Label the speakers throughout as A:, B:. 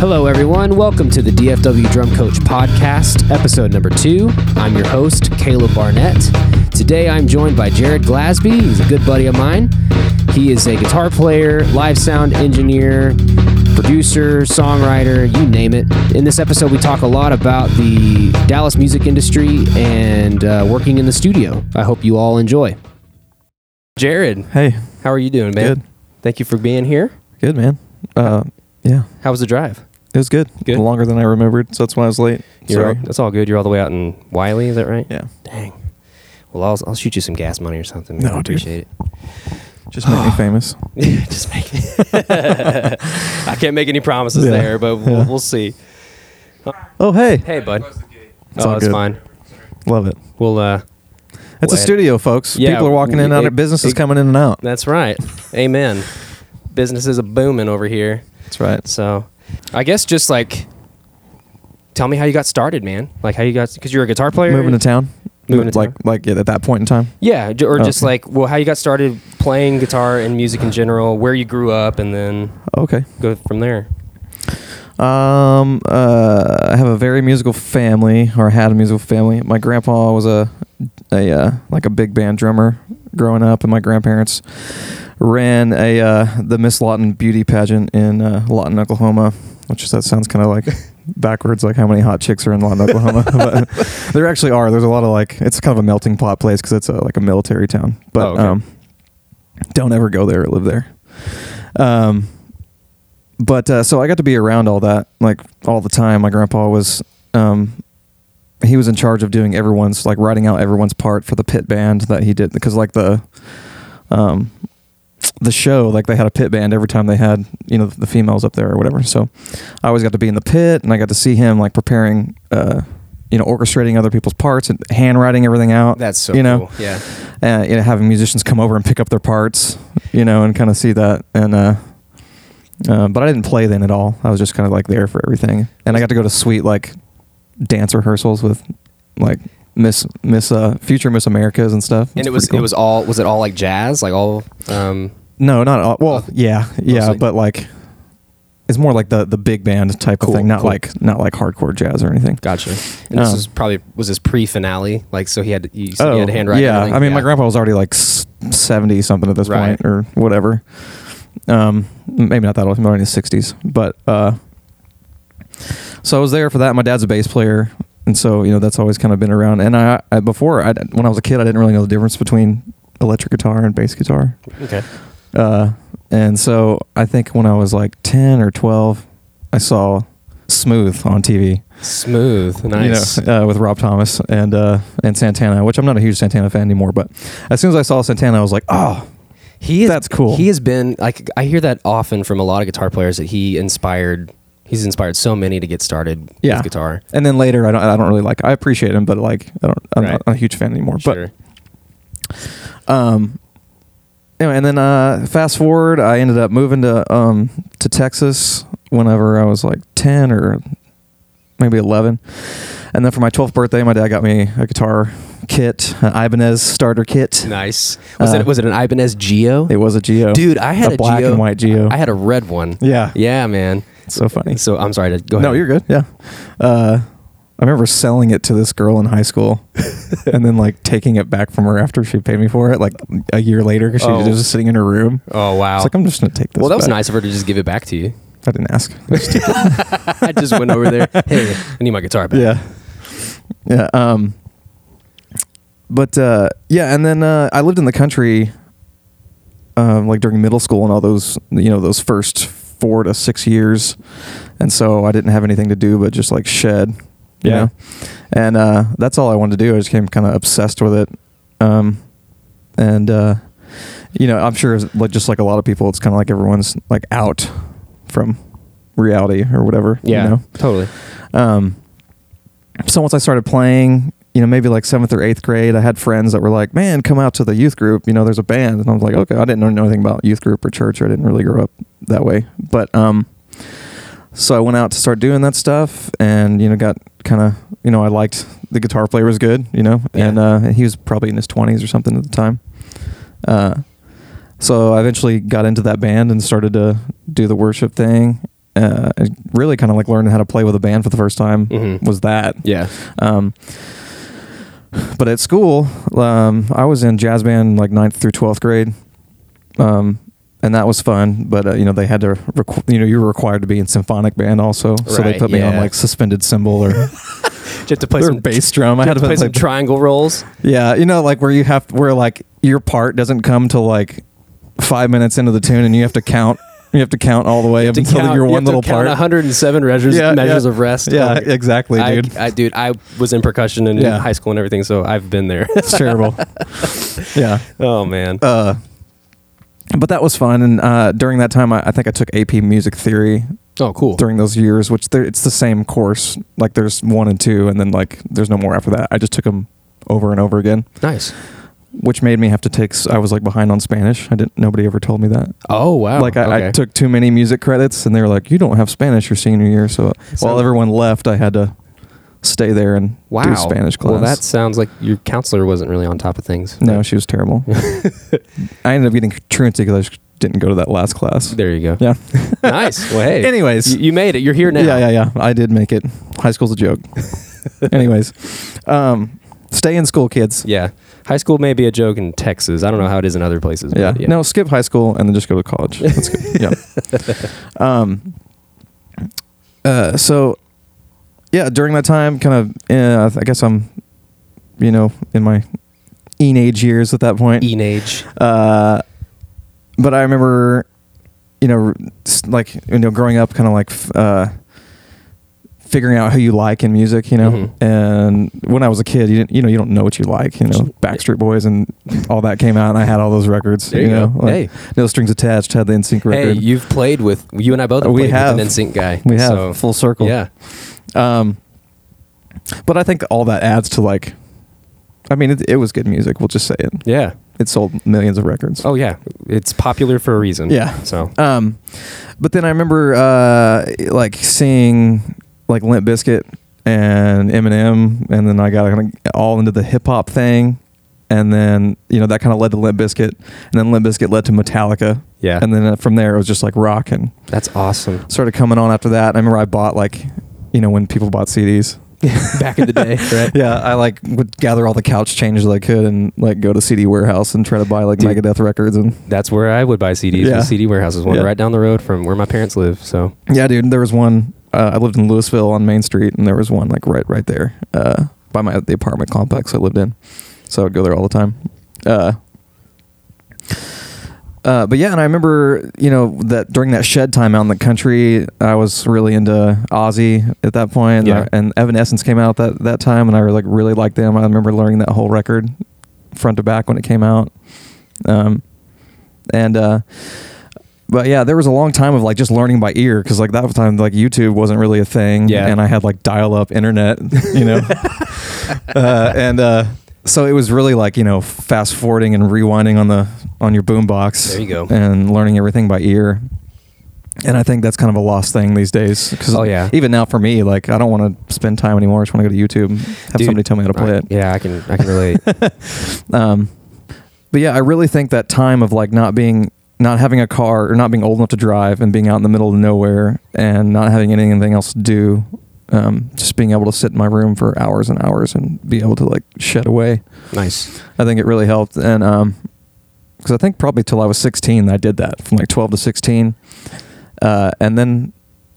A: Hello, everyone. Welcome to the DFW Drum Coach Podcast, episode number two. I'm your host, Caleb Barnett. Today, I'm joined by Jared Glasby. He's a good buddy of mine. He is a guitar player, live sound engineer, producer, songwriter, you name it. In this episode, we talk a lot about the Dallas music industry and uh, working in the studio. I hope you all enjoy. Jared,
B: Hey,
A: how are you doing, man?
B: good,
A: Thank you for being here.
B: good man. Uh, yeah,
A: How was the drive?
B: it was good.
A: Good.
B: Longer than I remembered, so that's why I was late.
A: You're
B: Sorry.
A: all- that's all good. You're all the way out in Wiley, is that right?
B: Yeah,
A: Dang. Well, I'll, I'll shoot you some gas money or something. man.
B: No,
A: I
B: dude.
A: appreciate
B: just made me famous.
A: it. Just make I can't make any promises
B: Yeah.
A: there, but we'll,
B: Yeah.
A: we'll see.
B: Oh, hey,
A: Hey, bud.
B: It's
A: oh,
B: all
A: it's
B: good.
A: fine.
B: love it.
A: We'll. uh
B: It's
A: Well,
B: a studio, folks.
A: yeah,
B: People are walking in and out
A: it-
B: of businesses
A: it-
B: coming in and out.
A: That's right. Amen. Business is a booming over here.
B: That's right.
A: So, I guess just like, tell me how you got started, man. Like how you got because you're a guitar player.
B: Moving to town.
A: Moving to
B: like
A: town.
B: like at that point in time.
A: Yeah, j- or
B: Oh,
A: just
B: okay.
A: like well, how you got started playing guitar and music in general, where you grew up, and then
B: Okay.
A: go from there.
B: Um, uh, I have a very musical family, or had a musical family. My grandpa was a, a uh, like a big band drummer growing up, and my grandparents ran a uh, the Miss Lawton beauty pageant in uh, Lawton, Oklahoma, which that sounds kind of like backwards, like how many hot chicks are in Lawton, Oklahoma. but there actually are. There's a lot of like it's kind of a melting pot place because it's a, like a military town. But
A: Oh, okay.
B: um, don't ever go there or live there. Um, but uh, so I got to be around all that like all the time. My grandpa was um, he was in charge of doing everyone's like writing out everyone's part for the pit band that he did because like the um the show like they had a pit band every time they had you know the females up there or whatever so i always got to be in the pit and i got to see him like preparing uh you know orchestrating other people's parts and handwriting everything out
A: That's so
B: you know
A: cool. Yeah.
B: uh, you know, having musicians come over and pick up their parts, you know, and kind of see that. And uh, uh, but I didn't play then at all. I was just kind of like there for everything, and I got to go to sweet like dance rehearsals with like Miss Miss uh, future Miss Americas and stuff.
A: and
B: It's
A: it was
B: pretty cool.
A: it was all was it all like jazz like all um
B: no, not at all. Well, yeah, yeah,
A: Oh, Mostly.
B: but like it's more like the the big band type
A: Cool,
B: of thing, not
A: cool.
B: like not like hardcore jazz or anything.
A: gotcha and this
B: Um,
A: was probably was his pre-finale like so he had you said he had to handwrite
B: Oh, Yeah,
A: everything?
B: I mean, my
A: Yeah.
B: grandpa was already like s- seventy something at this
A: Right.
B: point, or whatever. Um, maybe not that old. He might be in his sixties, but uh, so I was there for that. My dad's a bass player, and so you know that's always kind of been around. And I, I before I, when I was a kid, I didn't really know the difference between electric guitar and bass guitar.
A: okay
B: Uh, and so I think when I was like ten or twelve, I saw Smooth on TV
A: smooth nice
B: you know, uh, with Rob Thomas and uh, and Santana, which I'm not a huge Santana fan anymore. But as soon as I saw Santana, I was like, oh,
A: he is,
B: that's cool.
A: he has been like i hear that often from a lot of guitar players that he inspired he's inspired so many to get started
B: Yeah.
A: with guitar
B: and then later, I don't, I don't really like. I appreciate him, but like, I don't, I'm
A: Right.
B: not a huge fan anymore.
A: sure
B: But um, anyway, and then uh, fast forward, I ended up moving to um to Texas whenever I was like ten or maybe eleven, and then for my twelfth birthday, my dad got me a guitar kit, an Ibanez starter kit.
A: nice was
B: Uh,
A: it was it an ibanez geo
B: It was a Geo,
A: dude i had
B: a
A: a
B: black
A: Geo-
B: and white Geo.
A: i had a red one
B: yeah,
A: yeah man
B: It's so funny.
A: so i'm sorry to go ahead
B: No, you're good. Yeah. Uh, I remember selling it to this girl in high school and then like taking it back from her after she paid me for it, like a year later because she
A: Oh.
B: was just sitting in her room.
A: oh
B: I
A: wow
B: was like, I'm just going to take this.
A: well that was
B: back."
A: nice of her to just give it back to you
B: I didn't ask.
A: I just went over there. Hey, I need my guitar back.
B: yeah. Yeah. Um, but uh, yeah. And then uh, I lived in the country um, like during middle school and all those, you know, those first four to six years. And so I didn't have anything to do but just like shed. you
A: Yeah.
B: know? And uh, that's all I wanted to do. I just became kind of obsessed with it. Um, and, uh, you know, I'm sure it's like, just like a lot of people, it's kind of like everyone's like out from reality or whatever.
A: Yeah,
B: You know?
A: totally.
B: Um, so once I started playing, you know, maybe like seventh or eighth grade, I had friends that were like, "Man, come out to the youth group." You know, there's a band, and I was like, "Okay." I didn't know anything about youth group or church, or I didn't really grow up that way. But um, so I went out to start doing that stuff, and you know, got kind of, you know, I liked the guitar player was good, you know,
A: Yeah.
B: and uh, he was probably in his twenties or something at the time. Uh, so I eventually got into that band and started to do the worship thing, uh, really kind of like learning how to play with a band for the first time
A: Mhm.
B: was that.
A: Yeah.
B: Um, but at school, um, I was in jazz band like ninth through twelfth grade, um, and that was fun. But uh, you know, they had to, requ- you know, you were required to be in symphonic band also, so
A: Right,
B: they put me on
A: yeah.
B: like suspended cymbal or,
A: Did you have to play
B: or
A: some
B: bass drum. I
A: did you
B: had
A: have to play some triangle rolls.
B: yeah, you know, like where you have where like your part doesn't come till like five minutes into the tune, and you have to count. You have to count all the way up
A: To
B: until
A: count-
B: your
A: you
B: one
A: have to
B: little
A: count
B: part.
A: 107 measures,
B: Yeah,
A: measures
B: yeah.
A: of rest.
B: Yeah,
A: Oh,
B: exactly,
A: I,
B: dude.
A: I, dude, I was in percussion in
B: Yeah.
A: high school and everything, so I've been there.
B: it's terrible. yeah,
A: oh man.
B: uh, but that was fun. And uh, during that time, I, I think I took AP Music Theory
A: oh, cool.
B: during those years, which there- it's the same course. Like there's one and two, and then like there's no more after that. I just took them over and over again,
A: Nice.
B: which made me have to take. s- I was like behind on Spanish. I didn't. Nobody ever told me that.
A: Oh wow.
B: like I, I
A: Okay.
B: took too many music credits, and they were like, "You don't have Spanish your senior year." So, uh,
A: So-
B: while everyone left, I had to stay there and
A: wow.
B: do Spanish class.
A: Well, that sounds like your counselor wasn't really on top of things.
B: no, she was terrible. I ended up getting truancy because I sh- didn't go to that last class.
A: There you go.
B: Yeah.
A: nice. Well, hey.
B: Anyways,
A: You, you made it. You're here now.
B: Yeah, yeah, yeah. I did make it. High school's a joke. Anyways, um, stay in school, kids.
A: Yeah. High school may be a joke in Texas. I don't know how it is in other places. but
B: Yeah. No, skip high school and then just go to college. That's good. yeah. Um. Uh. So, yeah. During that time, kind of, uh, I guess I'm, you know, in my teenage years at that point.
A: Enage.
B: Uh, but I remember, you know, s- like you know, growing up, kind of like f- uh, figuring out who you like in music, you know.
A: Mhm.
B: And when I was a kid, you didn't, you know, you don't know what you like, you know. Backstreet Boys and all that came out, and I had all those records.
A: There you
B: know,
A: go.
B: like,
A: Hey.
B: no strings attached had the NSYNC
A: Hey,
B: record.
A: you've played with you and I both. Have
B: We
A: played
B: have.
A: with an NSYNC guy.
B: we have
A: so-
B: full circle.
A: Yeah.
B: Um, but I think all that adds to like, I mean, it, it was good music. We'll just say it.
A: Yeah.
B: It sold millions of records.
A: Oh yeah. It's popular for a reason.
B: Yeah.
A: So.
B: Um, but then I remember uh, like seeing like Limp Bizkit and Eminem, and then I got kind of all into the hip hop thing, and then you know that kind of led to Limp Bizkit, and then Limp Bizkit led to Metallica,
A: Yeah.
B: and then uh, from there it was just like rock and
A: That's awesome.
B: started coming on after that. I remember I bought like you know when people bought CDs.
A: Back in the day, right?
B: Yeah, I like would gather all the couch changes that I could and like go to CD warehouse and try to buy like
A: Dude.
B: Megadeth records and
A: That's where I would buy CDs.
B: Yeah.
A: The CD warehouse is one
B: Yeah.
A: right down the road from where my parents live. So.
B: Yeah, dude. There was one. Uh, I lived in Louisville on Main Street, and there was one like right, right there uh, by my the apartment complex I lived in. So I would go there all the time. Uh, uh, but yeah, and I remember you know that during that shed time out in the country, I was really into Ozzy at that point,
A: Yeah.
B: and, I- and Evanescence came out that that time, and I like really liked them. I remember learning that whole record front to back when it came out. Um, and uh, but yeah, there was a long time of like just learning by ear because like that time like YouTube wasn't really a thing,
A: Yeah.
B: and I had like dial up internet, you know, uh, and uh, so it was really like you know fast forwarding and rewinding on the on your boombox.
A: There you go.
B: and learning everything by ear. And I think that's kind of a lost thing these days. 'cause
A: Oh, yeah.
B: Even now for me, like I don't want to spend time anymore. I just want to go to YouTube, have
A: Dude,
B: somebody tell me how to play
A: I-
B: it.
A: Yeah, I can. I can relate.
B: Um, but yeah, I really think that time of like not being, not having a car or not being old enough to drive and being out in the middle of nowhere and not having anything else to do, um, just being able to sit in my room for hours and hours and be able to like shed away.
A: nice.
B: I think it really helped. And, um 'cause because I think probably till I was 16, I did that from like 12 to 16. Uh, and then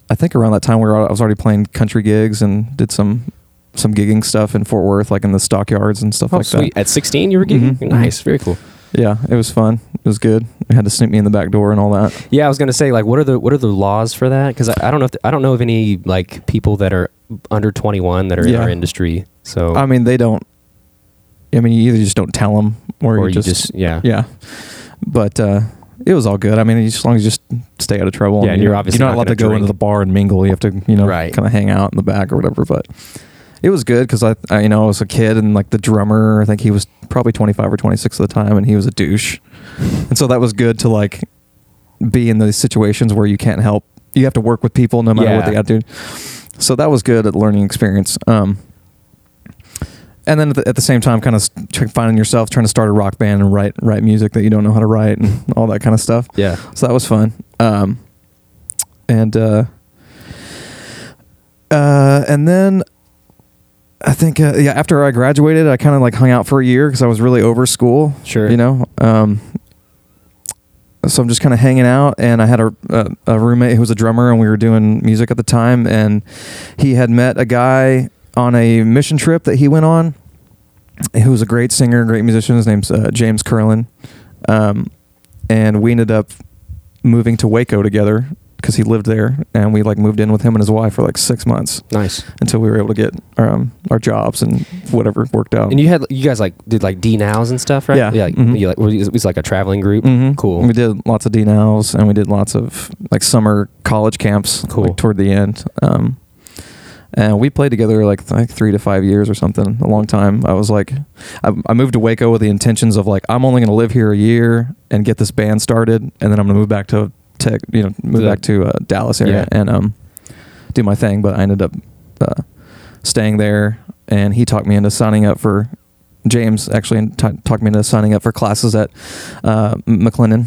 B: I think around that time we were, I was already playing country gigs and did some, some gigging stuff in Fort Worth, like in the stockyards and stuff
A: Oh,
B: like that.
A: sweet. At 16, you were gigging.
B: Mhm.
A: Nice. Very cool.
B: Yeah, it was fun. It was good. They had to sneak me in the back door and all that.
A: Yeah, I was gonna say like, what are the what are the laws for that? Because I, I don't know if I don't know of any like people that are under 21 that are in
B: Yeah.
A: our industry. So
B: I mean, they don't. I mean, you either just don't tell them, or,
A: or
B: you, just,
A: yeah
B: yeah. But uh, it was all good. I mean, as long as you just stay out of trouble.
A: Yeah, and
B: you-
A: you're obviously
B: you're
A: not
B: not, allowed
A: gonna
B: to go
A: drink.
B: into the bar and mingle. You have to, you know,
A: Right.
B: kind of hang out in the back or whatever. But it was good because I, I, you know, I was a kid and like the drummer. I think he was probably 25 or 26 at the time, and he was a douche, and so that was good to like be in those situations where you can't help. You have to work with people no matter what
A: Yeah.
B: the attitude. So that was good at learning experience. Um, and then at the, at the same time, kind of finding yourself trying to start a rock band and write write music that you don't know how to write and all that kind of stuff.
A: yeah
B: So that was fun. Um, and uh, Uh, and then I think uh, yeah, after I graduated, I kind of like hung out for a year because I was really over school.
A: Sure.
B: You know, um, so I'm just kind of hanging out, and I had a, a a roommate who was a drummer, and we were doing music at the time, and he had met a guy on a mission trip that he went on, who was a great singer, great musician. His name's uh, James Curlin, um, and we ended up moving to Waco together because he lived there, and we like moved in with him and his wife for like six months
A: Nice.
B: until we were able to get um, our jobs and whatever worked out.
A: And you had you guys like did like D nows and stuff, right?
B: Um, Yeah.
A: like,
B: Mhm.
A: you, like were you- it was like a traveling group.
B: Mhm.
A: Cool.
B: We did lots of DNLs and we did lots of like summer college camps.
A: Cool.
B: Like, toward the end, um, and we played together like th- like three to five years or something. A long time. I was like, I, I moved to Waco with the intentions of like I'm only going to live here a year and get this band started, and then I'm going to move back to tech. You know, move
A: The-
B: back to uh, Dallas area
A: Yeah.
B: and um, do my thing. But I ended up uh, staying there, and he talked me into signing up for. James actually t- talked me into signing up for classes at uh, McLennan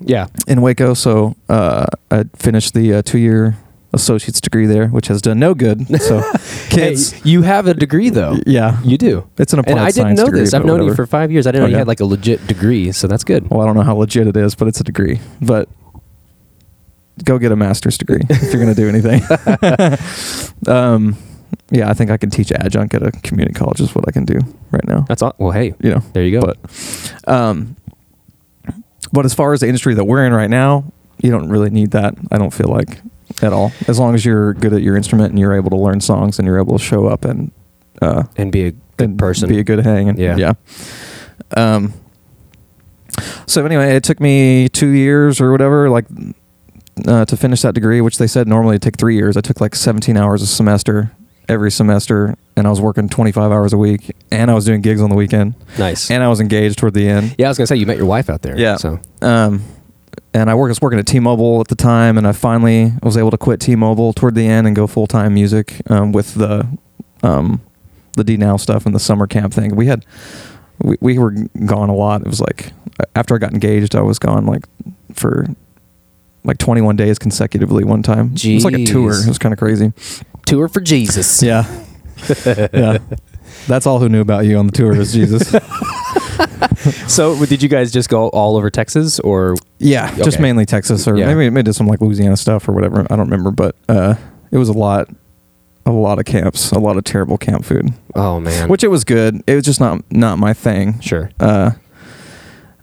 A: Yeah.
B: in Waco. So uh, I finished the uh, two-year associate's degree there, which has done no good. So kids,
A: Hey, you have a degree though.
B: yeah,
A: Oh. You do.
B: it's an applied
A: and I didn't
B: science
A: know
B: degree,
A: this. I've
B: but
A: known you
B: whatever.
A: for five years. I didn't know you had
B: Okay.
A: like a legit degree, so that's good.
B: Well, I don't know how legit it is, but it's a degree. But go get a master's degree if you're going to do anything. um, yeah, I think I can teach adjunct at a community college is what I can do right now.
A: That's all. Well, hey,
B: You know,
A: there you go.
B: But, um, but as far as the industry that we're in right now, you don't really need that. I don't feel like at all. As long as you're good at your instrument and you're able to learn songs and you're able to show up and uh,
A: and be a good
B: and
A: person.
B: be a good hang. And,
A: Yeah.
B: yeah. Um. So anyway, it took me two years or whatever, like. Uh, to finish that degree, which they said normally it'd take three years, I took like 17 hours a semester, every semester, and I was working 25 hours a week, and I was doing gigs on the weekend
A: nice.
B: and I was engaged toward the end.
A: yeah, I was gonna say you met your wife out there.
B: Yeah.
A: So
B: Um, and I work, was working at T-Mobile at the time, and I finally was able to quit T-Mobile toward the end and go full time music um, with the um, the D Now stuff and the summer camp thing. We had we, we were gone a lot. It was like after I got engaged, I was gone like for like 21 days consecutively one time. It was like a tour.
A: Jeez.
B: It was kind of crazy.
A: tour for Jesus.
B: Yeah. yeah. That's all who knew about you on the tour is Jesus.
A: So w- did you guys just go all over Texas or
B: Yeah, just
A: Okay.
B: mainly Texas, or
A: Yeah.
B: maybe maybe did some like Louisiana stuff or whatever. I don't remember, but uh, it was a lot, a lot of camps, a lot of terrible camp food,
A: oh man.
B: which it was good. It was just not not my thing.
A: sure.
B: Uh,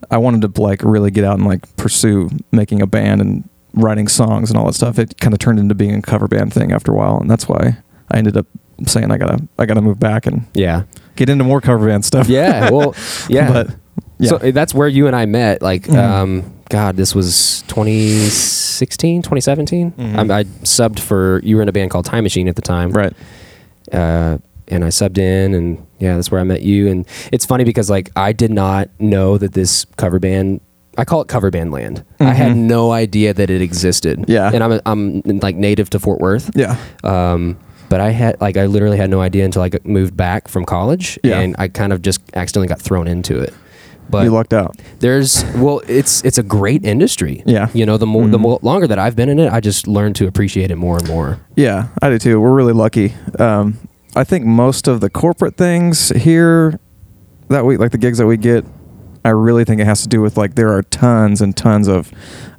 B: I wanted to like really get out and like pursue making a band and writing songs and all that stuff. It kind of turned into being a cover band thing after a while, and that's why I ended up saying I gotta I gotta move back and
A: Yeah.
B: get into more cover band stuff.
A: Yeah. Well yeah.
B: but yeah,
A: So uh, that's where you and I met. Like,
B: Mhm.
A: um, God, this was 2016, 2017.
B: Mhm.
A: I'm- Um, I subbed for, you were in a band called Time Machine at the time.
B: right.
A: Uh, and I subbed in, and yeah, that's where I met you. And it's funny because, like, I did not know that this cover band, I call it cover band land. I had
B: Mhm.
A: no idea that it existed.
B: Yeah.
A: And I'm, a, I'm like native to Fort Worth.
B: Yeah,
A: Um, but I had like I literally had no idea until I got- moved back from college,
B: Yeah.
A: and I kind of just accidentally got thrown into it. But
B: you lucked out.
A: there's well, it's it's a great industry.
B: Yeah.
A: you know the more the
B: Mhm.
A: more, longer that I've been in it, I just learned to appreciate it more and more.
B: Yeah, I do too. We're really lucky. Um, I think most of the corporate things here that we like the gigs that we get, I really think it has to do with like there are tons and tons of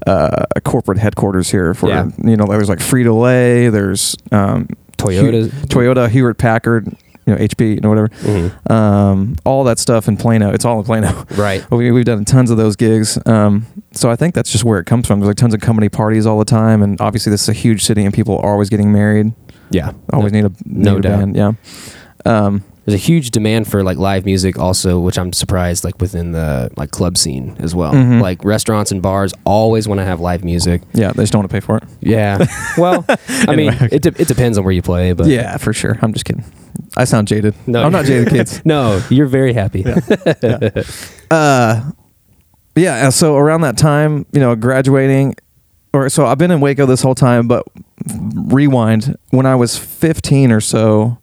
B: uh, corporate headquarters here for
A: Yeah.
B: you know there's like Frito Lay, there's um,
A: Toyota.
B: Hew- Toyota, Hewitt Packard, you know HP, you know whatever,
A: Mhm.
B: um, all that stuff in Plano. It's all in Plano.
A: Right.
B: We, we've done tons of those gigs. Um, so I think that's just where it comes from. There's like tons of company parties all the time. And obviously, this is a huge city and people are always getting married,
A: Yeah.
B: always need a,
A: No
B: need a
A: doubt.
B: band. Yeah. Um,
A: There's a huge demand for like live music also, which I'm surprised like within the like club scene as well.
B: Mhm.
A: Like restaurants and bars always want to have live music.
B: yeah, they just don't want to pay for it.
A: Yeah. well, I mean,
B: Anyway.
A: it, de- it depends on where you play, but
B: yeah, for sure. I'm just kidding. I sound jaded.
A: No.
B: No, I'm not jaded, kids.
A: No, you're very happy.
B: uh yeah and so around that time you know graduating or so i've been in waco this whole time but rewind when i was 15 or so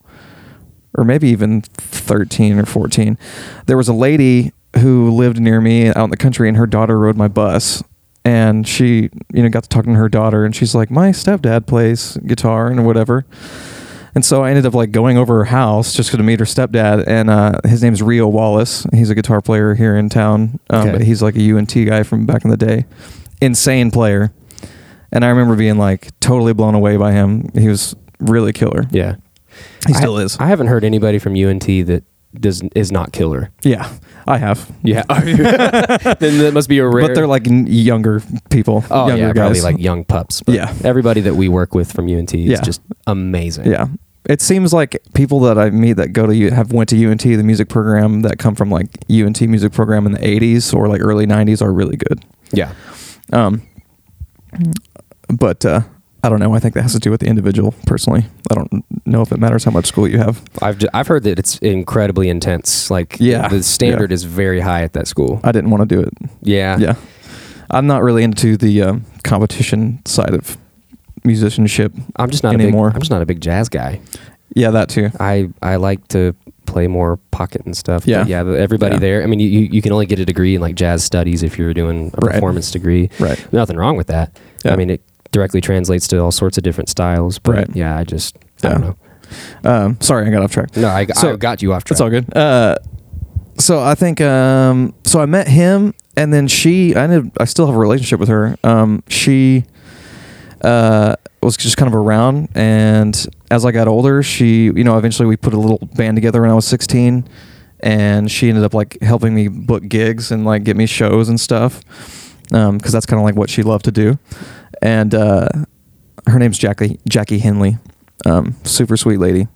B: or maybe even 13 or 14 there was a lady who lived near me out in the country and her daughter rode my bus and she you know got to talking to her daughter and she's like my stepdad plays guitar and whatever And so I ended up like going over her house just to meet her stepdad, and uh, his name's Rio Wallace. He's a guitar player here in town, um,
A: Okay.
B: but he's like a UNT guy from back in the day, insane player. And I remember being like totally blown away by him. He was really killer.
A: Yeah.
B: He still is.
A: I haven't heard anybody from UNT that does is not killer.
B: yeah, I have.
A: Yeah. then that must be a rare.
B: But they're like n- younger people,
A: oh
B: younger
A: yeah,
B: guys.
A: probably like young pups. But
B: Yeah.
A: Everybody that we work with from UNT is
B: Yeah.
A: just amazing.
B: Yeah. It seems like people that I meet that go to U- have went to UNT the music program that come from like UNT music program in the 80s or like early 90s are really good.
A: Yeah.
B: Um but uh I don't know. I think that has to do with the individual personally. I don't know if it matters how much school you have.
A: I've ju- I've heard that it's incredibly intense. Like
B: Yeah.
A: the standard is very high at that school.
B: I didn't want to do it.
A: Yeah.
B: Yeah. I'm not really into the um, competition side of musicianship.
A: I'm just not A
B: Anymore.
A: big, I'm just not a big jazz guy.
B: Yeah, that too.
A: I I like to play more pocket and stuff. but
B: Yeah.
A: yeah. the- Everybody
B: Yeah.
A: there. I mean, you, you you can only get a degree in like jazz studies if you're doing a
B: Right.
A: performance degree.
B: Right.
A: Nothing wrong with that.
B: Yeah.
A: I mean, it directly translates to all sorts of different styles. But
B: Right.
A: yeah, I just I don't
B: Yeah.
A: know.
B: Um sorry, I got off track.
A: No, I, I
B: So-
A: got you off track.
B: It's all good. Uh, so I think um, so. I met him, and then she. I ended, I still have a relationship with her. Um, she uh, was just kind of around, and as I got older, she. You know, eventually we put a little band together when I was sixteen, and she ended up like helping me book gigs and like get me shows and stuff, because that's kind of like what she loved to do. And uh, her name's Jackie Jackie Henley, um, super sweet lady.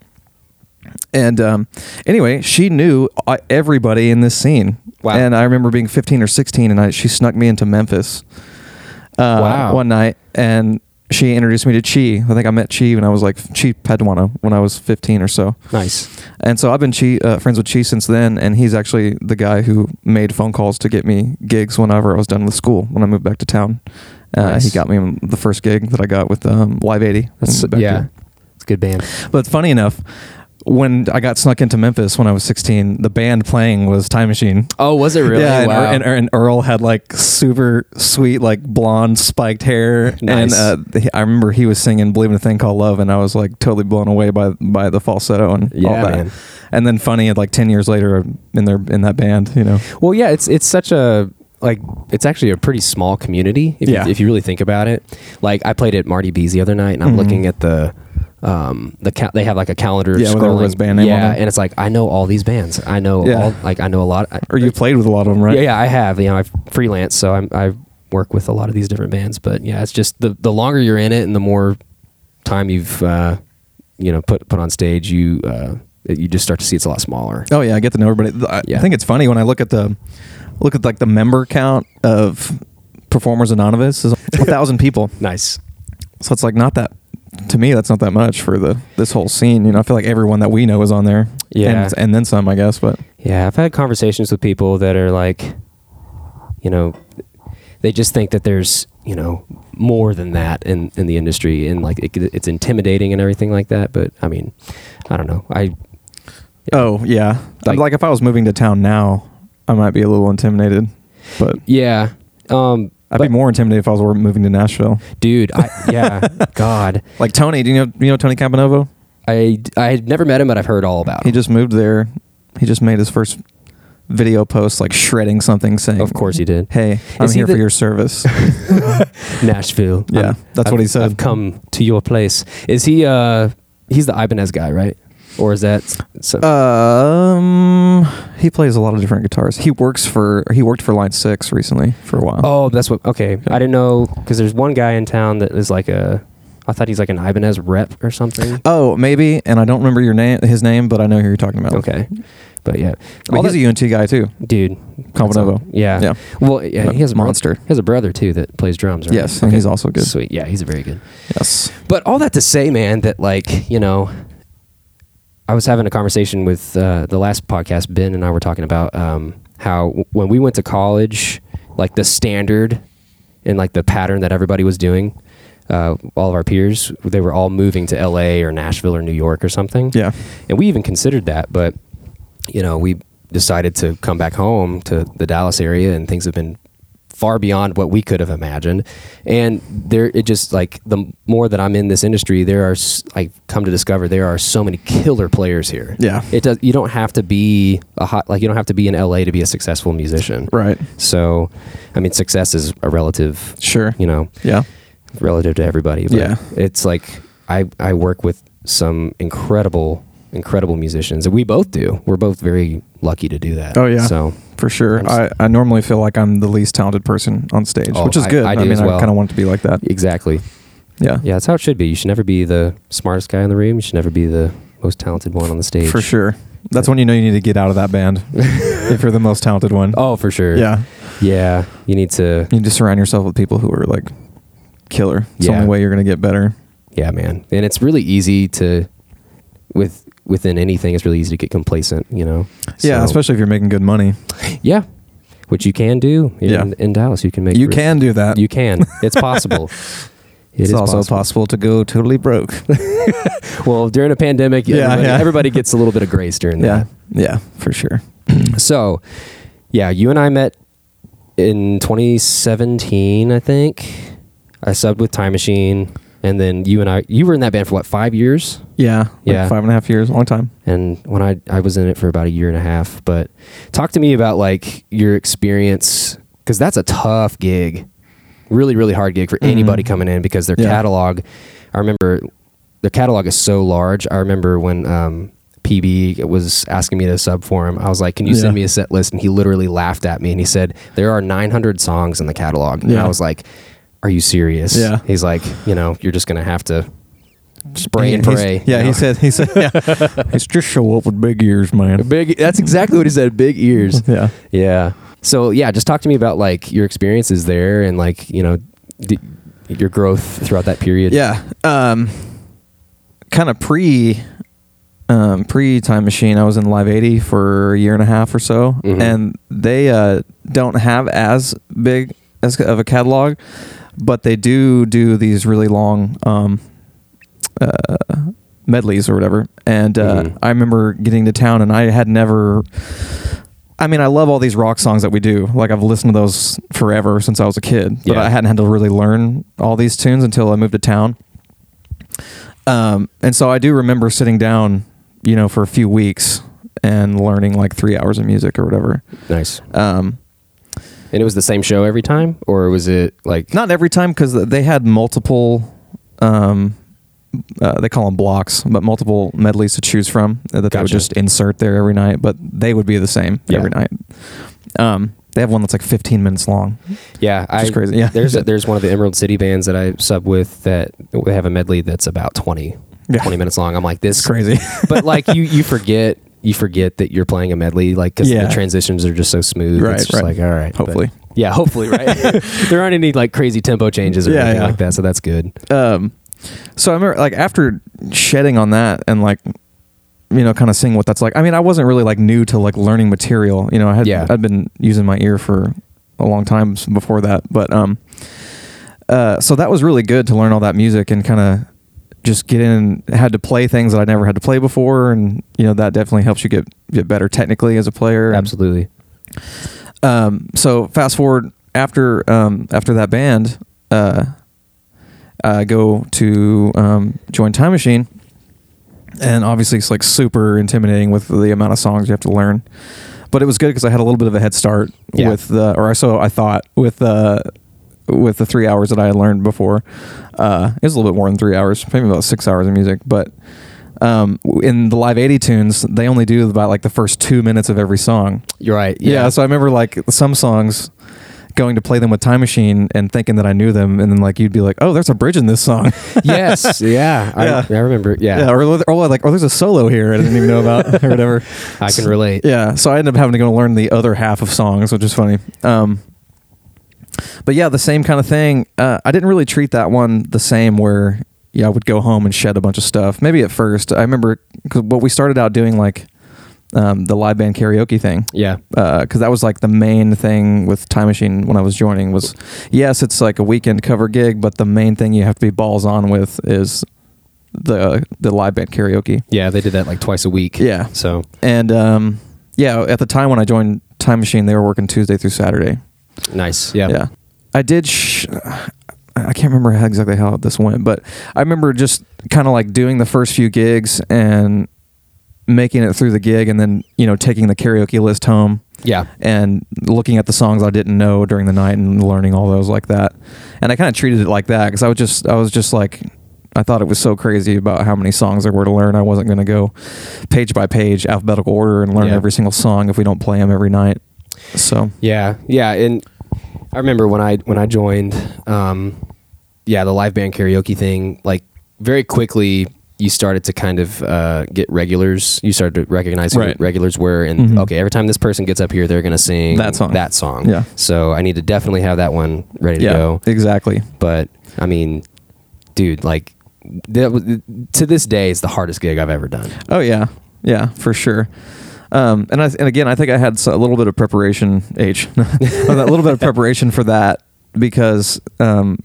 B: And um, anyway, she knew uh, everybody in this scene.
A: Wow.
B: And I remember being 15 or 16, and I, she snuck me into Memphis uh,
A: Wow.
B: one night, and she introduced me to Chi. I think I met Chi when I was like Chi Paduano when I was 15 or so.
A: Nice.
B: And so I've been Chi, uh, friends with Chi since then, and he's actually the guy who made phone calls to get me gigs whenever I was done with school when I moved back to town. Uh,
A: Nice.
B: He got me the first gig that I got with um, Live 80.
A: That's,
B: back
A: yeah.
B: here.
A: It's a good band.
B: But funny enough, when I got snuck into Memphis when I was 16, the band playing was Time Machine.
A: Oh, was it really?
B: Yeah, and,
A: wow.
B: Ear- and, Ear- and Earl had like super sweet, like blonde, spiked hair,
A: Nice.
B: and uh, he- I remember he was singing "Believe in a Thing Called Love," and I was like totally blown away by by the falsetto and all
A: Yeah,
B: that.
A: man.
B: And then funny, like ten years later, in their in that band, you know,
A: Well, yeah, it's it's such a like it's actually a pretty small community if,
B: Yeah.
A: you, if you really think about it. Like I played at Marty B's the other night, and I'm
B: Mhm.
A: looking at the um the ca- they have like a calendar
B: Yeah, with
A: scrolling
B: everyone's band name on
A: yeah,
B: it.
A: and it's like I know all these bands. I know
B: Yeah.
A: all like I know a lot. I,
B: or you played with a lot of them, right?
A: yeah, yeah, I have. You know, I freelance, so I'm I work with a lot of these different bands. But yeah, it's just the the longer you're in it, and the more time you've uh, you know put put on stage, you uh, you just start to see it's a lot smaller.
B: Oh yeah, I get to know everybody. Th- I,
A: Yeah.
B: I think it's funny when I look at the look at like the member count of Performers Anonymous is a thousand people.
A: Nice.
B: So it's like not that to me. That's not that much for the this whole scene. You know, I feel like everyone that we know is on there.
A: Yeah.
B: and, and then some, I guess. But
A: Yeah, I've had conversations with people that are like, you know, they just think that there's, you know, more than that in, in the industry and like it, it's intimidating and everything like that. But I mean, I don't know. I,
B: oh yeah,
A: Like-
B: like, like if I was moving to town now, I might be a little intimidated. But
A: yeah. Um,
B: I'd
A: but,
B: be more intimidated if I was wor- moving to Nashville.
A: dude, I, yeah, God,
B: Like Tony, do you know you know Tony Campanovo?
A: I, I had never met him, but I've heard all about
B: He
A: him.
B: just moved there. He just made his first video post, like shredding something, saying,
A: Of course he did.
B: Hey, I'm
A: he
B: here
A: the-
B: for your service.
A: Nashville.
B: Yeah,
A: I'm-
B: that's what
A: I've-
B: he said.
A: I've come to your place. Is he, uh, he's the Ibanez guy, right? Or is that, so,
B: Uh, um, he plays a lot of different guitars. He works for he worked for Line Six recently for a while.
A: Oh, that's what. Okay, I didn't know because there's one guy in town that is like a. I thought he's like an Ibanez rep or something.
B: Oh, maybe, and I don't remember your name, his name, but I know who you're talking about.
A: Okay, but yeah,
B: but
A: All
B: Oh. he's
A: that-
B: a UNT guy too.
A: dude. that's
B: Componovo.
A: all- Yeah.
B: Yeah.
A: Well, yeah, he has a bro-
B: monster.
A: he has a brother too that plays drums. Right?
B: Yes, and he's also good.
A: Sweet. Yeah, he's very good.
B: Yes.
A: But all that to say, man, that like you know, I was having a conversation with uh, the last podcast. Ben and I were talking about um, how w- when we went to college, like the standard and like the pattern that everybody was doing, uh, all of our peers, they were all moving to L.A. or Nashville or New York or something.
B: Yeah.
A: and we even considered that, but you know, we decided to come back home to the Dallas area, and things have been far beyond what we could have imagined. And there, it just like the more that I'm in this industry, there are s- I come to discover there are so many killer players here.
B: Yeah.
A: it does. You don't have to be a hot like you don't have to be in LA to be a successful musician.
B: Right.
A: So, I mean, success is a relative.
B: Sure.
A: You know,
B: Yeah.
A: relative to everybody. But
B: Yeah.
A: it's like I I work with some incredible incredible musicians, and we both do. We're both very lucky to do that.
B: Oh, yeah.
A: So
B: For sure.
A: I'm
B: I,
A: s-
B: I normally feel like I'm the least talented person on stage,
A: Oh,
B: which is
A: I-
B: good.
A: I
B: I,
A: do
B: mean,
A: as
B: I
A: well.
B: kind of want it to be like that.
A: exactly.
B: Yeah.
A: Yeah, that's how it should be. You should never be the smartest guy in the room. You should never be the most talented one on the stage.
B: For sure. That's when you know you need to get out of that band if you're the most talented one.
A: Oh, for sure.
B: Yeah.
A: Yeah. You need to.
B: You need to surround yourself with people who are like killer. It's the
A: Yeah.
B: only way you're going to get better.
A: Yeah, man. And it's really easy to with within anything. It's really easy to get complacent. You know.
B: Yeah.
A: So-
B: Especially if you're making good money.
A: Yeah. Which you can do in,
B: Yeah.
A: in Dallas. You can make
B: You
A: re-
B: can do that.
A: You can. It's possible. It
B: Uh, it's
A: is
B: also possible. to go totally broke.
A: Well, during a pandemic,
B: Yeah,
A: everybody,
B: yeah.
A: everybody gets a little bit of grace during
B: yeah. Yeah. For sure.
A: that. So, yeah, you and I met in 2017, I think. I subbed with Time Machine, and then you and I, you were in that band for what, five years?
B: Yeah. Like
A: Yeah.
B: Five and a half years. Long time.
A: and when I I was in it for about a year and a half. But talk to me about like your experience because that's a tough gig, really really hard gig for anybody coming in because their
B: Mm-hmm. Yeah.
A: catalog. I remember their catalog is so large. I remember when. Um, PB was asking me to sub for him. I was like, "Can you
B: Yeah.
A: send me a set list?" And he literally laughed at me and he said, "There are 900 songs in the catalog." And
B: Yeah.
A: I was like, "Are you serious?"
B: Yeah.
A: He's like, "You know, you're just gonna have to spray
B: He-
A: and
B: he's-
A: pray."
B: Yeah,
A: you know?
B: he said. He said. Yeah, he's just show up with big ears, man.
A: Big. That's exactly what he said. Big ears.
B: Yeah.
A: yeah. So yeah, just talk to me about like your experiences there and like you know d- your growth throughout that period.
B: Yeah. Um, kind of pre, um, pre Time Machine. I was in Live 80 for a year and a half or so,
A: Mhm.
B: and they uh, don't have as big as of a catalog, but they do do these really long um, uh, medleys or whatever. And uh,
A: Mhm.
B: I remember getting to town, and I had never. I mean, I love all these rock songs that we do. Like I've listened to those forever since I was a kid, but
A: Yeah.
B: I hadn't had to really learn all these tunes until I moved to town. Um, and so I do remember sitting down, you know, for a few weeks and learning like three hours of music or whatever.
A: Nice.
B: Um,
A: And it was the same show every time, or was it like
B: not every time because they had multiple, um, uh, they call them blocks, but multiple medleys to choose from that they would
A: Gotcha.
B: just insert there every night, but they would be the same
A: Yeah.
B: every night. Um, they have one that's like 15 minutes long.
A: yeah? I
B: is crazy, yeah.
A: There's a, there's one of the Emerald City bands that I sub with that we have a medley that's about 20,
B: Yeah.
A: 20 minutes long. I'm like
B: It's
A: this,
B: crazy.
A: but like you you forget. You forget that you're playing a medley, like because
B: Yeah.
A: the transitions are just so smooth.
B: Right,
A: it's just
B: right.
A: like all right, but-
B: Hopefully.
A: Yeah, hopefully, right? there aren't any like crazy tempo changes or
B: Yeah,
A: anything
B: yeah.
A: like that, so that's good.
B: um so i remember like after shedding on that and like you know kind of seeing what that's like i mean i wasn't really like new to like learning material you know i had
A: Yeah.
B: i'd been using my ear for a long time s- before that but um uh so that was really good to learn all that music and kind of just get in and had to play things that i never had to play before and you know that definitely helps you get get better technically as a player and-
A: Absolutely.
B: um, so fast forward after um, after that band, uh, I go to um, join Time Machine, and obviously it's like super intimidating with the amount of songs you have to learn. But it was good because I had a little bit of a head start
A: Yeah.
B: with the, or so I thought with the with the three hours that I had learned before. Uh, it was a little bit more than three hours, maybe about six hours of music, but. Um, in the live 80 tunes, they only do about like the first two minutes of every song.
A: You're right.
B: Yeah. so I remember like some songs going to play them with Time Machine and thinking that I knew them, and then like you'd be like, "Oh, there's a bridge in this song,"
A: yes. Yeah. I,
B: Yeah.
A: I remember. Yeah.
B: yeah, or, or like, "Or there's a solo here I didn't even know about," or whatever.
A: I can relate.
B: Yeah, so I ended up having to go learn the other half of songs, which is funny. Um, but yeah, the same kind of thing. Uh, I didn't really treat that one the same where yeah, I would go home and shed a bunch of stuff. Maybe at first, I remember 'cause what we started out doing like um, the live band karaoke thing
A: Yeah.
B: because uh, that was like the main thing with Time Machine when I was joining was yes, it's like a weekend cover gig, but the main thing you have to be balls on with is the the live band karaoke.
A: Yeah. They did that like twice a week.
B: Yeah,
A: So
B: and um, yeah, at the time when I joined Time Machine, they were working Tuesday through Saturday,
A: Nice. Yeah.
B: Yeah. I did. Sh- I can't remember how exactly how this went, but I remember just kind of like doing the first few gigs and making it through the gig and then, you know, taking the karaoke list home
A: Yeah.
B: and looking at the songs I didn't know during the night and learning all those like that. And I kind of treated it like that because I was just I was just like I thought it was so crazy about how many songs there were to learn. I wasn't going to go page by page, alphabetical order, and learn
A: Yeah.
B: every single song if we don't play them every night. So
A: Yeah, yeah, and I remember when I when I joined, um, yeah, the live band karaoke thing. Like very quickly, you started to kind of uh, get regulars. You started to recognize who
B: Right.
A: regulars were, and
B: Mhm.
A: okay, every time this person gets up here, they're gonna sing
B: That song.
A: That song.
B: Yeah.
A: So I need to definitely have that one ready to
B: yeah,
A: go.
B: exactly.
A: But I mean, dude, like that was, to this day is the hardest gig I've ever done.
B: Oh yeah, yeah, for sure. Um, and I and again, I think I had s- a little bit of preparation. H, a little bit of preparation for that because um,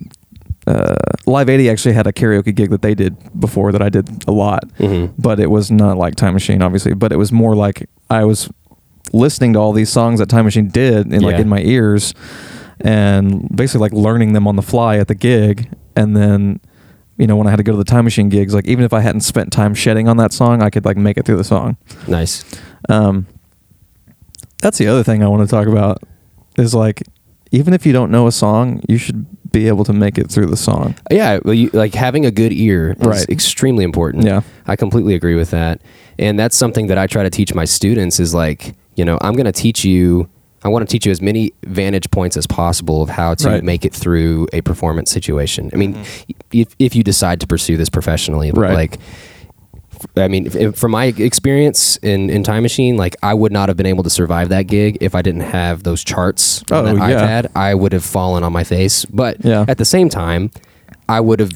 B: uh, Live 80 actually had a karaoke gig that they did before that I did a lot,
A: Mhm.
B: but it was not like Time Machine, obviously. But it was more like I was listening to all these songs that Time Machine did, and like
A: Yeah.
B: in my ears, and basically like learning them on the fly at the gig, and then. You know, when I had to go to the time machine gigs, like even if I hadn't spent time shedding on that song, I could like make it through the song.
A: Nice.
B: Um, that's the other thing I want to talk about is like, even if you don't know a song, you should be able to make it through the song.
A: Yeah, well, you, like having a good ear is
B: Right.
A: extremely important.
B: Yeah.
A: I completely agree with that, and that's something that I try to teach my students is like, you know, I'm going to teach you. I want to teach you as many vantage points as possible of how to
B: Right. Mm-hmm.
A: make it through a performance situation. I mean, if, if you decide to pursue this professionally, but
B: Right.
A: like, I mean, if- if- from my experience in, in Time Machine, like I would not have been able to survive that gig if I didn't have those charts on
B: Oh,
A: that
B: yeah.
A: iPad. I would have fallen on my face. But
B: Yeah.
A: at the same time, I would have.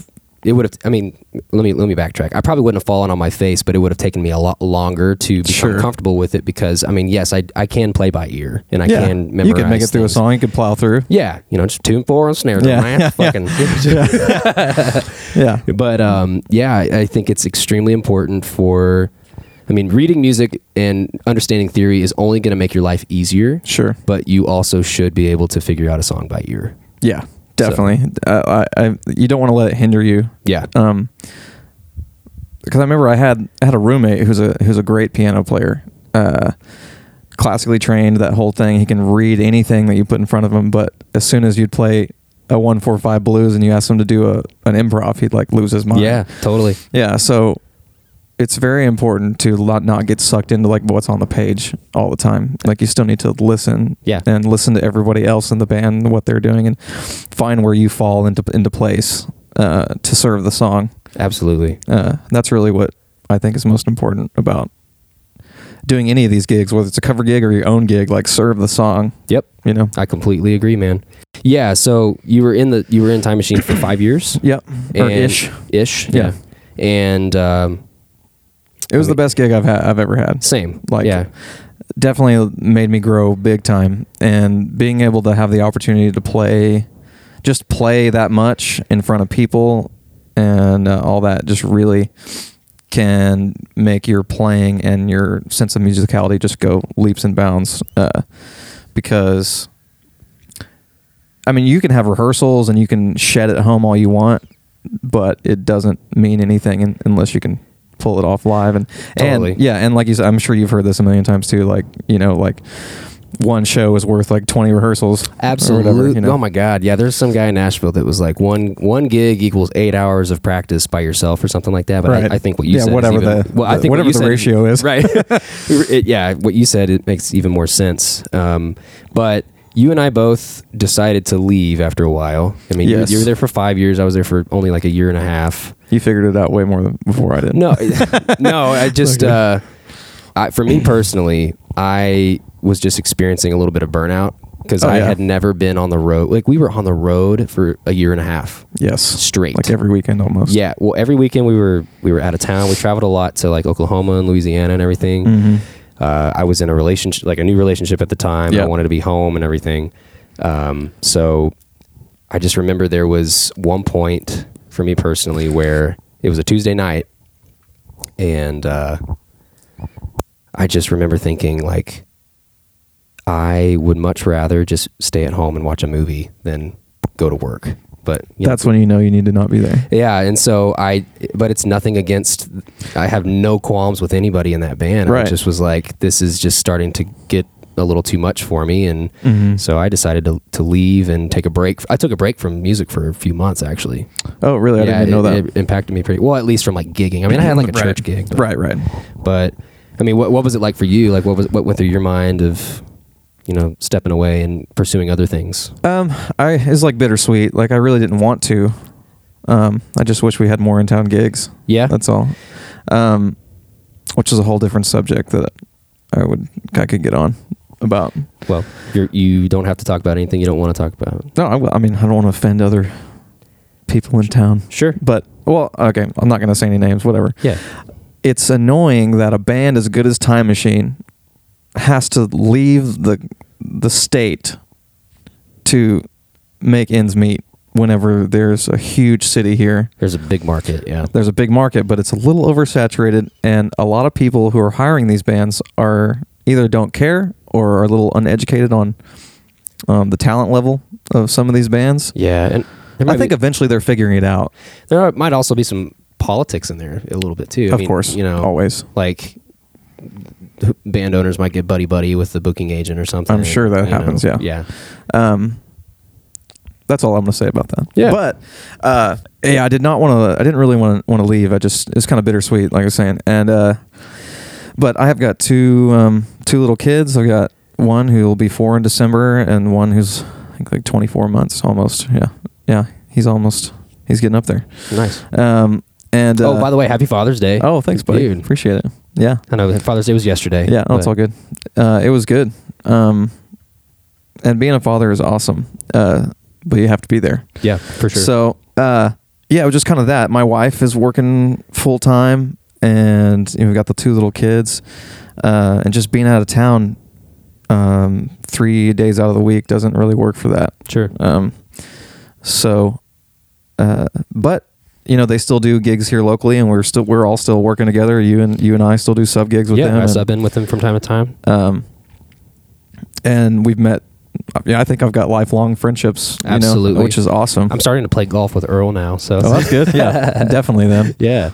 A: It would have. I mean, let me let me backtrack. I probably wouldn't have fallen on my face, but it would have taken me a lot longer to become
B: Sure.
A: comfortable with it because I mean, yes, I I can play by ear and I can memorize.
B: you could make it through
A: things.
B: a song. You could plow through.
A: Yeah, you know, just two and four on snares.
B: Yeah,
A: Yeah,
B: yeah,
A: fucking.
B: Yeah.
A: But um, yeah, I I think it's extremely important for. I mean, reading music and understanding theory is only going to make your life easier,
B: Sure.
A: but you also should be able to figure out a song by ear.
B: Yeah. Definitely. Uh, I, I, you don't want to let it hinder you.
A: Yeah.
B: Um, because I remember I had I had a roommate who's a who's a great piano player, uh, classically trained. That whole thing, he can read anything that you put in front of him. But as soon as you'd play a one four five blues and you asked him to do a an improv, he'd like lose his mind.
A: Yeah, totally.
B: yeah. So it's very important to not not get sucked into like what's on the page all the time. Like you still need to listen.
A: Yeah.
B: And listen to everybody else in the band what they're doing and find where you fall into into place uh, to serve the song
A: Absolutely.
B: uh, that's really what I think is most important about doing any of these gigs, whether it's a cover gig or your own gig. Like serve the song,
A: Yep.
B: you know.
A: I completely agree, man. Yeah, so you were in the you were in Time Machine for five years,
B: Yep, or
A: And-
B: ish.
A: ish.
B: Yeah.
A: and um,
B: It was the best gig I've had, I've ever had.
A: same.
B: Like-
A: yeah,
B: Definitely made me grow big time, and being able to have the opportunity to play, just play that much in front of people, and uh, all that just really can make your playing and your sense of musicality just go leaps and bounds. Uh, because I mean, you can have rehearsals and you can shed at home all you want, but it doesn't mean anything un- unless you can pull it off live. And,
A: Totally.
B: and yeah, and like you said, I'm sure you've heard this a million times too. Like you know, like one show is worth like 20 rehearsals. or
A: absolutely.
B: whatever, you know?
A: Oh my god, yeah. There's some guy in Nashville that was like one one gig equals eight hours of practice by yourself or something like that. But
B: Right.
A: I, I think what you
B: Yeah,
A: said, is
B: whatever
A: even-
B: the-
A: well, I
B: the-
A: think what
B: whatever
A: you
B: the
A: said-
B: ratio is.
A: right? It- yeah, what you said it makes even more sense. Um, but you and I both decided to leave after a while. I mean, you-
B: Yes.
A: you were there for five years. I was there for only like a year and a half.
B: You figured it out way more than before I did.
A: No, no. I just, uh, I, for me personally, I was just experiencing a little bit of burnout because
B: Oh,
A: I
B: yeah.
A: had never been on the road. Like we were on the road for a year and a half
B: Yes.
A: straight.
B: Like every weekend almost.
A: yeah. Well, every weekend we were we were out of town. We traveled a lot to like Oklahoma and Louisiana and everything.
B: Mm-hmm.
A: Uh, I was in a relationship, like a new relationship at the time.
B: Yeah.
A: I wanted to be home and everything. Um, so I just remember there was one point for me personally where it was a Tuesday night, and uh, I just remember thinking like, I would much rather just stay at home and watch a movie than go to work. But you know,
B: That's when you know you need to not be there.
A: yeah, and so I, but it's nothing against. I have no qualms with anybody in that band. I
B: Right.
A: just was like, this is just starting to get a little too much for me, and
B: Mm-hmm.
A: so I decided to to leave and take a break. I took a break from music for a few months, actually.
B: Oh, really? I didn't even know
A: it,
B: that.
A: it impacted me pretty well, at least from like gigging. I mean, I had like a
B: Right.
A: church gig, but,
B: right, right.
A: But I mean, what what was it like for you? Like, what was what went through your mind of, you know, stepping away and pursuing other things?
B: Um, I it's like bittersweet. Like I really didn't want to. Um, I just wish we had more in town gigs.
A: Yeah,
B: That's all. Um, which is a whole different subject that I would I could get on about.
A: well, you're, you don't have to talk about anything you don't want to talk about.
B: No, I, will- I mean I don't want to offend other people in town.
A: Sure.
B: But well, okay, I'm not gonna say any names. Whatever.
A: Yeah.
B: It's annoying that a band as good as Time Machine has to leave the the state to make ends meet. Whenever there's a huge city here
A: There's a big market, yeah.
B: there's a big market, but it's a little oversaturated, and a lot of people who are hiring these bands are either don't care or are a little uneducated on um, the talent level of some of these bands.
A: Yeah, and there might
B: I think
A: be-
B: eventually they're figuring it out.
A: there are, might also be some politics in there a little bit too. I
B: of
A: mean,
B: course,
A: you know,
B: always.
A: like band owners might get buddy buddy with the booking agent or something.
B: I'm sure that
A: you know.
B: happens, yeah.
A: yeah,
B: Um, that's all I'm going to say about that.
A: Yeah.
B: But uh, yeah, I did not want to. I didn't really want to want to leave. I just it's kind of bittersweet, like I was saying. And uh, but I have got two um, two little kids. I've got one who will be four in December, and one who's I think like 24 months almost. Yeah, yeah, he's almost he's getting up there.
A: nice.
B: Um, and
A: oh, by the way, happy Father's Day.
B: oh, thanks, buddy.
A: Dude.
B: Appreciate it. Yeah.
A: I know that Father's Day was yesterday.
B: Yeah, no, it's
A: but-
B: all good. Uh, it was good. Um, and being a father is awesome, uh, but you have to be there.
A: Yeah, for sure.
B: So, uh, yeah, it was just kind of that. My wife is working full time, and you know, we've got the two little kids, uh, and just being out of town um, three days out of the week doesn't really work for that.
A: sure.
B: Um, so, uh, but you know, they still do gigs here locally, and we're still we're all still working together. You and you and I still do sub gigs with them.
A: Yeah, I
B: and-
A: sub in with them from time to time.
B: um, and we've met. Yeah, I think I've got lifelong friendships. you know,
A: Absolutely.
B: which is awesome.
A: I'm starting to play golf with Earl now. So
B: Oh, that's good. Yeah, definitely. Then
A: yeah,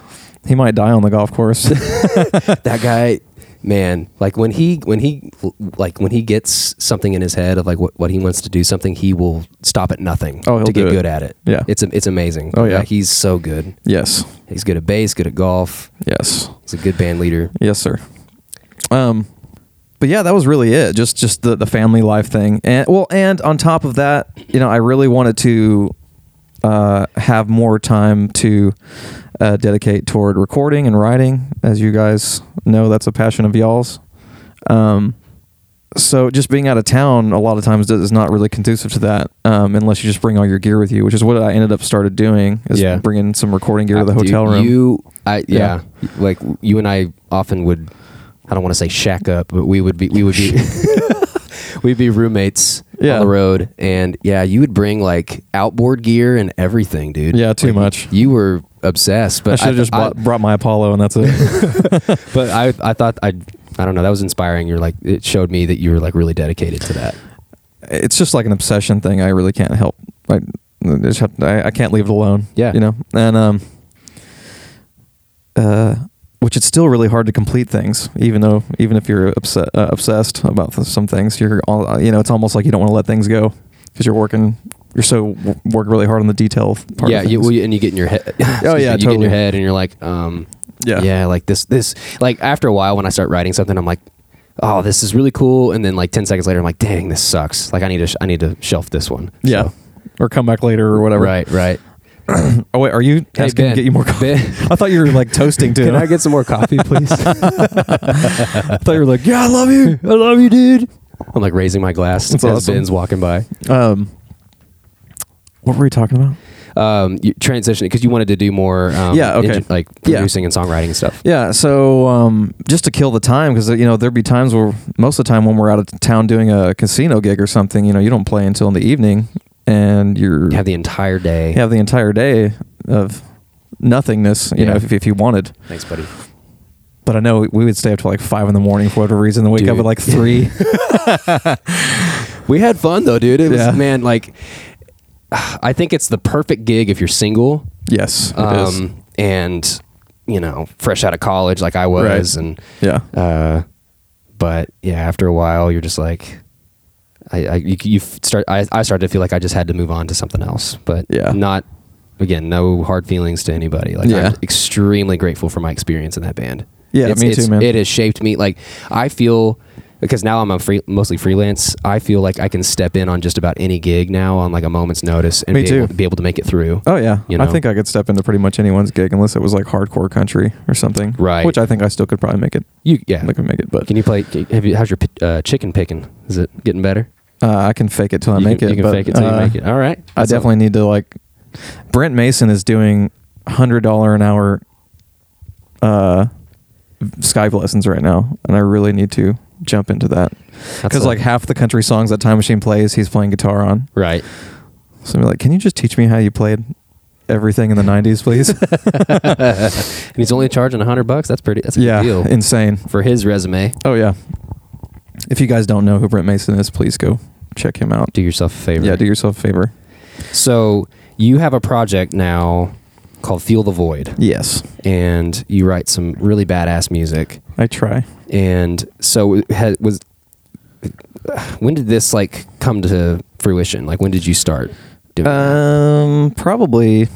B: he might die on the golf course.
A: that guy man like when he when he like when he gets something in his head of like what, what he wants to do something he will stop at nothing
B: Oh, he'll
A: to get
B: do it.
A: good at it
B: Yeah.
A: it's it's amazing
B: Oh, yeah.
A: Like, he's so good
B: yes.
A: he's good at bass good at golf
B: Yes.
A: he's a good band leader
B: Yes, sir. Um, but yeah, that was really it. Just just the the family life thing, and well, and on top of that, you know, I really wanted to uh, have more time to uh, dedicate toward recording and writing, as you guys know, that's a passion of y'all's. Um, so just being out of town a lot of times does- is not really conducive to that, um, unless you just bring all your gear with you, which is what I ended up started doing. Is
A: Yeah.
B: bringing some recording gear to the
A: Uh, dude,
B: hotel room.
A: you i yeah,
B: Yeah.
A: like you and i often would i don't want to say shack up but we would be we would be we'd be roommates
B: Yeah.
A: on the road and yeah you would bring like outboard gear and everything dude
B: yeah, too
A: Like,
B: much.
A: you were obsessed but
B: I should have
A: th-
B: just bought, brought my Apollo and that's it.
A: But I, I thought I, I don't know. That was inspiring. You're like, it showed me that you were like really dedicated to that.
B: it's just like an obsession thing. I really can't help. I, I just have, I, I can't leave it alone.
A: Yeah.
B: you know, and um, uh, which it's still really hard to complete things, even though even if you're obse- uh, obsessed about th- some things, you're all uh, you know, it's almost like you don't want to let things go because you're working. You're so w- work really hard on the detail part.
A: yeah,
B: of
A: you,
B: things.
A: well, you- and you get in your head.
B: Oh,
A: Excuse
B: yeah,
A: me, you get in
B: totally.
A: your head, and you're like, um,
B: Yeah.
A: yeah, like this, this, like after a while, when I start writing something, I'm like, oh, this is really cool, and then like ten seconds later, I'm like, dang, this sucks. Like I need to, sh- I need to shelf this one.
B: yeah,
A: So-
B: or come back later or whatever.
A: right, right.
B: Oh wait, are you
A: Hey,
B: asking
A: Ben.
B: to get you more coffee?
A: Ben.
B: I thought you were like toasting to.
A: Can
B: him.
A: I get some more coffee, please? I
B: I thought you were like, yeah, I love you.
A: love you, dude. I'm like raising my glass
B: That's
A: as
B: awesome.
A: Ben's walking by.
B: Um, what were we talking about?
A: Um, you, transitioning because you wanted to do more. Um,
B: Yeah, okay.
A: engin- like
B: Yeah.
A: producing and songwriting and stuff.
B: Yeah, so um, just to kill the time, because you know there'd be times where most of the time when we're out of town doing a casino gig or something, you know, you don't play until in the evening, and you're
A: You have the entire day.
B: you have the entire day of nothingness, you
A: Yeah.
B: know, if, if you wanted.
A: Thanks, buddy.
B: But I know we would stay up till like five in the morning for whatever reason. Then wake up
A: Dude.
B: at like three.
A: We had fun though, dude. It was
B: Yeah.
A: man, like I think it's the perfect gig if you're single
B: yes, it is.
A: um, and you know, fresh out of college like I was,
B: Right.
A: and
B: Yeah,
A: uh, but yeah, after a while, you're just like, I, I you, you start. I, I started to feel like I just had to move on to something else, but
B: Yeah.
A: not again. No hard feelings to anybody. Like
B: Yeah.
A: I'm extremely grateful for my experience in that band.
B: Yeah,
A: It's-
B: me
A: it's-
B: too, man.
A: It has shaped me. Like I feel because now I'm a free, mostly freelance. I feel like I can step in on just about any gig now on like a moment's notice and
B: Me
A: be,
B: too.
A: Able, be able to make it through.
B: Oh yeah,
A: You
B: I
A: know?
B: think I could step into pretty much anyone's gig unless it was like hardcore country or something.
A: Right.
B: Which I think I still could probably make it.
A: You yeah.
B: I could make it, but
A: Can you play? Have you? How's your pi- uh, chicken picking? Is it getting better?
B: uh, I can fake it till I
A: you
B: make
A: can,
B: it.
A: You can
B: but,
A: fake it till
B: uh,
A: you make it. All right.
B: I
A: That's all.
B: definitely need to like. Brent Mason is doing hundred dollar an hour, uh, Skype lessons right now, and I really need to jump into that
A: That's
B: because
A: a-
B: like half the country songs that Time Machine plays, he's playing guitar on.
A: right.
B: So I'm like, can you just teach me how you played everything in the '90s, please?
A: And he's only charging hundred bucks. That's pretty. That's a
B: yeah,
A: good deal
B: insane.
A: for his resume.
B: Oh yeah. If you guys don't know who Brent Mason is, please go check him out.
A: Do yourself a favor.
B: Yeah, do yourself a favor.
A: So you have a project now called Feel the Void,
B: Yes,
A: and you write some really badass music.
B: I try.
A: And so it had, was when did this like come to fruition? Like when did you start doing? that?
B: Um, probably.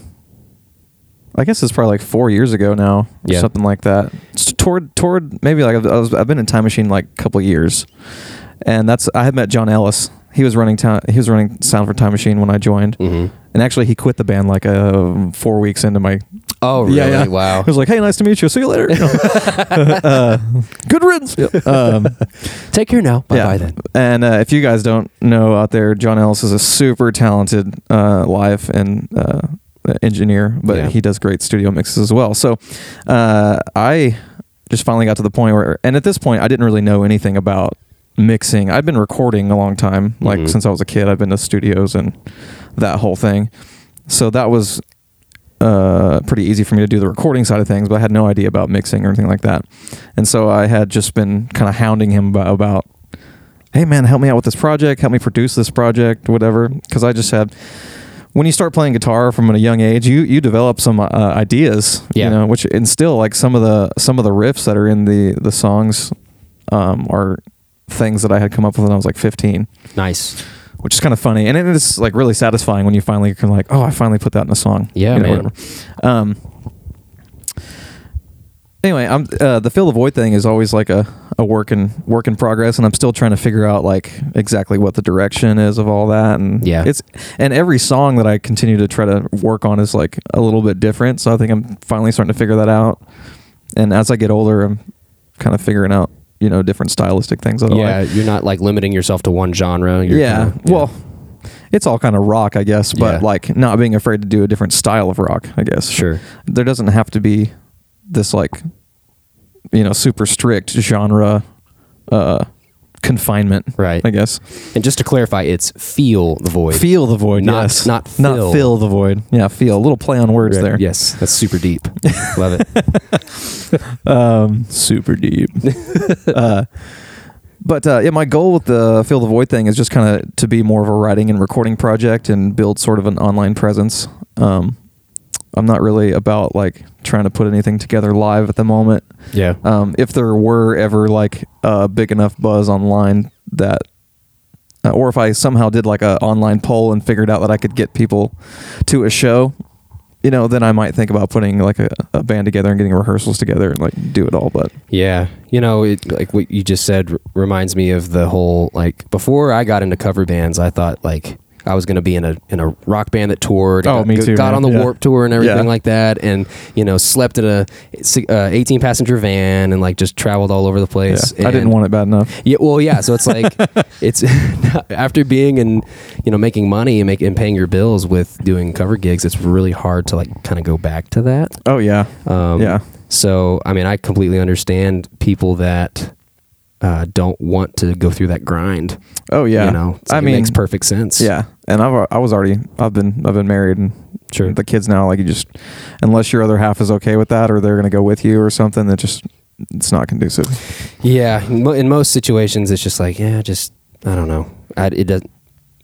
B: I guess it's probably like four years ago now, or
A: Yeah.
B: something like that. It's toward toward maybe like I was, I've been in Time Machine like a couple years, and that's I had met John Ellis. He was running town. He was running sound for Time Machine when I joined,
A: Mhm.
B: and actually he quit the band like uh, four weeks into my.
A: Oh really?
B: Yeah, yeah.
A: Wow.
B: I was like, "Hey, nice to meet you. See you later." uh, good riddance. Um,
A: Take care now. Bye bye then.
B: and uh, if you guys don't know out there, John Ellis is a super talented uh, live and uh, engineer, but
A: Yeah.
B: he does great studio mixes as well. So uh, I just finally got to the point where, and at this point, I didn't really know anything about mixing. I'd been recording a long time, like
A: Mhm.
B: since I was a kid. I've been to studios and that whole thing. So that was uh, pretty easy for me to do the recording side of things, but I had no idea about mixing or anything like that. And so I had just been kind of hounding him about, about, hey man, help me out with this project, help me produce this project, whatever. Because I just had, when you start playing guitar from a young age, you you develop some uh, ideas,
A: Yeah.
B: you know, which and still like some of the some of the riffs that are in the the songs um, are things that I had come up with when I was like 15
A: Nice.
B: which is kind of funny, and it is like really satisfying when you finally can like, oh, I finally put that in a song.
A: Yeah, man.
B: Um. Anyway, I'm uh, the fill the void thing is always like a, a work in work in progress, and I'm still trying to figure out like exactly what the direction is of all that, and
A: Yeah.
B: it's and every song that I continue to try to work on is like a little bit different. So I think I'm finally starting to figure that out, and as I get older, I'm kind of figuring out you know different stylistic things. That I like.
A: yeah, you're not like limiting yourself to one genre. You're
B: Yeah.
A: kinda-
B: Well, it's all kind of rock, I guess, but
A: Yeah.
B: like not being afraid to do a different style of rock, I guess.
A: Sure.
B: There doesn't have to be this like you know, super strict genre uh confinement.
A: Right.
B: I guess.
A: and just to clarify, it's feel the void.
B: Feel the void,
A: Not-
B: yes.
A: not fill.
B: not fill the void. Yeah, feel. A little play on words
A: Right.
B: there.
A: Yes, that's super deep. Love it.
B: um, super deep. uh, but uh, yeah, my goal with the fill the void thing is just kind of to be more of a writing and recording project and build sort of an online presence. Um, I'm not really about like trying to put anything together live at the moment.
A: Yeah.
B: Um, if there were ever like a big enough buzz online that, uh, or if I somehow did like a online poll and figured out that I could get people to a show, you know, then I might think about putting like a, a band together and getting rehearsals together and like do it all. But
A: Yeah, you know, it, like what you just said r- reminds me of the whole like before I got into cover bands, I thought like I was going to be in a in a rock band that toured.
B: Oh,
A: got,
B: me too,
A: Got
B: man.
A: on the
B: Yeah.
A: Warp tour and everything
B: Yeah.
A: like that, and you know, slept in a si- uh, eighteen passenger van and like just traveled all over the
B: yeah,
A: place.
B: I didn't
A: and-
B: want it bad enough.
A: Yeah, well, yeah. So it's like it's after being and you know making money and making and paying your bills with doing cover gigs, it's really hard to like kind of go back to that.
B: Oh yeah,
A: Um,
B: yeah,
A: So, I mean, I completely understand people that uh, don't want to go through that grind.
B: oh yeah.
A: You know, It's
B: I
A: like,
B: mean,
A: it makes perfect sense.
B: yeah. And I've I was already I've been I've been married and
A: Sure.
B: the kids now like you just unless your other half is okay with that or they're gonna go with you or something that just it's not conducive.
A: Yeah, in mo- in most situations, it's just like, yeah, just I don't know. I, it does.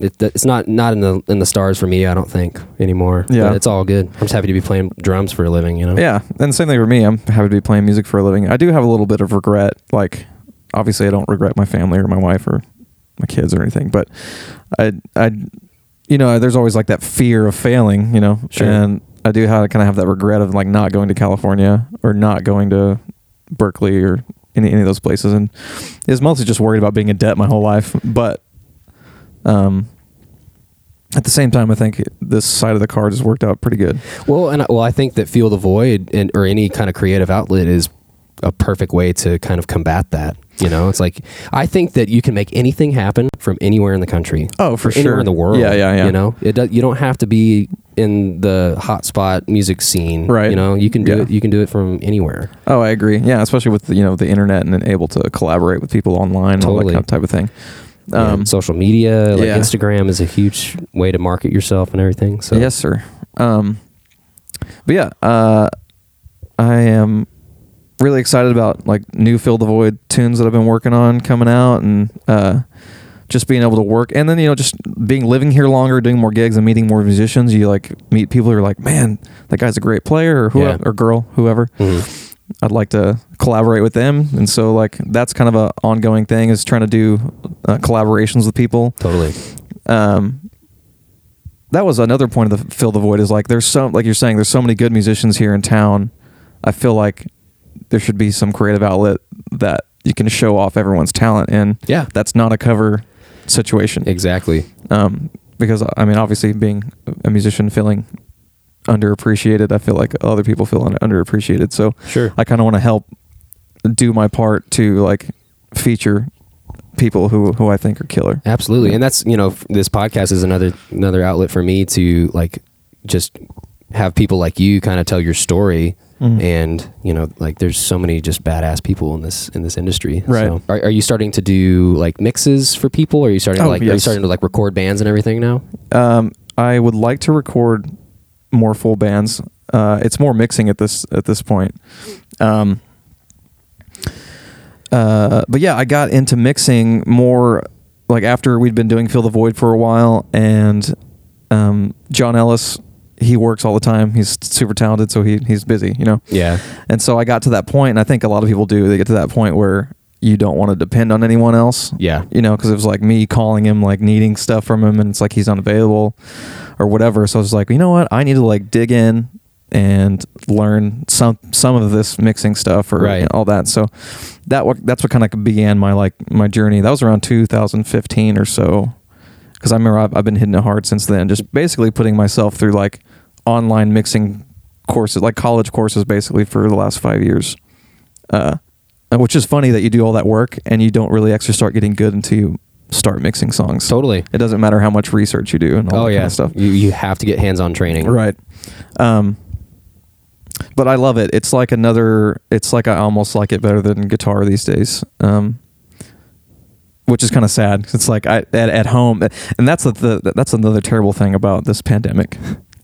A: It, it's not not in the in the stars for me. I don't think anymore.
B: Yeah.
A: But it's all good. I'm just happy to be playing drums for a living. You know.
B: Yeah, and the same thing for me. I'm happy to be playing music for a living. I do have a little bit of regret. Like, obviously, I don't regret my family or my wife or my kids or anything, but I, I, you know, there's always like that fear of failing. You know,
A: Sure.
B: and I do have kind of have that regret of like not going to California or not going to Berkeley or any any of those places, and is mostly just worried about being in debt my whole life. But, um. At the same time, I think this side of the card has worked out pretty good.
A: Well, and I- well, I think that feel the void and or any kind of creative outlet is a perfect way to kind of combat that. You know, it's like I think that you can make anything happen from anywhere in the country.
B: Oh, for
A: or Anywhere
B: sure.
A: in the world.
B: Yeah, yeah, yeah.
A: You know, it does, you don't have to be in the hotspot music scene.
B: Right.
A: You know, you can do
B: Yeah.
A: it. You can do it from anywhere.
B: Oh, I agree. Yeah, especially with you know the internet and then able to collaborate with people online and all that
A: Totally.
B: kind of type of thing.
A: Um,
B: Um,
A: social media, like
B: yeah.
A: Instagram, is a huge way to market yourself and everything. So
B: Yes, sir. Um, but yeah, uh, I am really excited about like new fill the void tunes that I've been working on coming out and uh, just being able to work and then you know just being living here longer, doing more gigs and meeting more musicians. You like meet people who are like, man, that guy's a great player or whoever
A: Yeah.
B: or girl, whoever.
A: Mhm.
B: I'd like to collaborate with them, and so like that's kind of a ongoing thing is trying to do uh, collaborations with people.
A: totally.
B: Um, that was another point of the fill the void is like there's so like you're saying there's so many good musicians here in town. I feel like there should be some creative outlet that you can show off everyone's talent, and
A: Yeah.
B: that's not a cover situation.
A: Exactly.
B: Um, because I mean, obviously, being a musician feeling underappreciated, I feel like other people feel un- underappreciated. So
A: Sure.
B: I kind of want to help do my part to like feature people who who I think are killer.
A: Absolutely,
B: Yeah.
A: and that's you know f- this podcast is another another outlet for me to like just have people like you kind of tell your story,
B: Mhm.
A: and you know like there's so many just badass people in this in this industry.
B: Right.
A: So, are, are you starting to do like mixes for people? Are you starting to
B: Oh,
A: like are you
B: yes.
A: starting to like record bands and everything now?
B: Um, I would like to record more full bands. Uh, it's more mixing at this at this point. Um, uh, but yeah, I got into mixing more like after we'd been doing Fill the Void for a while, and um, John Ellis, he works all the time. He's super talented, so he he's busy, you know.
A: Yeah.
B: And so I got to that point, and I think a lot of people do. They get to that point where you don't want to depend on anyone else.
A: Yeah.
B: You know, because it was like me calling him, like needing stuff from him, and it's like he's unavailable or whatever. So I was like, you know what? I need to like dig in and learn some some of this mixing stuff or
A: Right.
B: all that. So that what that's what kind of began my like my journey. That was around 2015 or so. Because I remember I've, I've been hitting it hard since then. Just basically putting myself through like online mixing courses, like college courses, basically for the last five years. Uh, and which is funny that you do all that work and you don't really actually start getting good until you start mixing songs.
A: Totally.
B: It doesn't matter how much research you do and
A: oh
B: all that
A: yeah.
B: kind of stuff.
A: You you have to get hands on training.
B: Right. Um, but I love it. It's like another. It's like I almost like it better than guitar these days. Um, which is kind of sad. 'cause It's like I at, at home, and that's the, the that's another terrible thing about this pandemic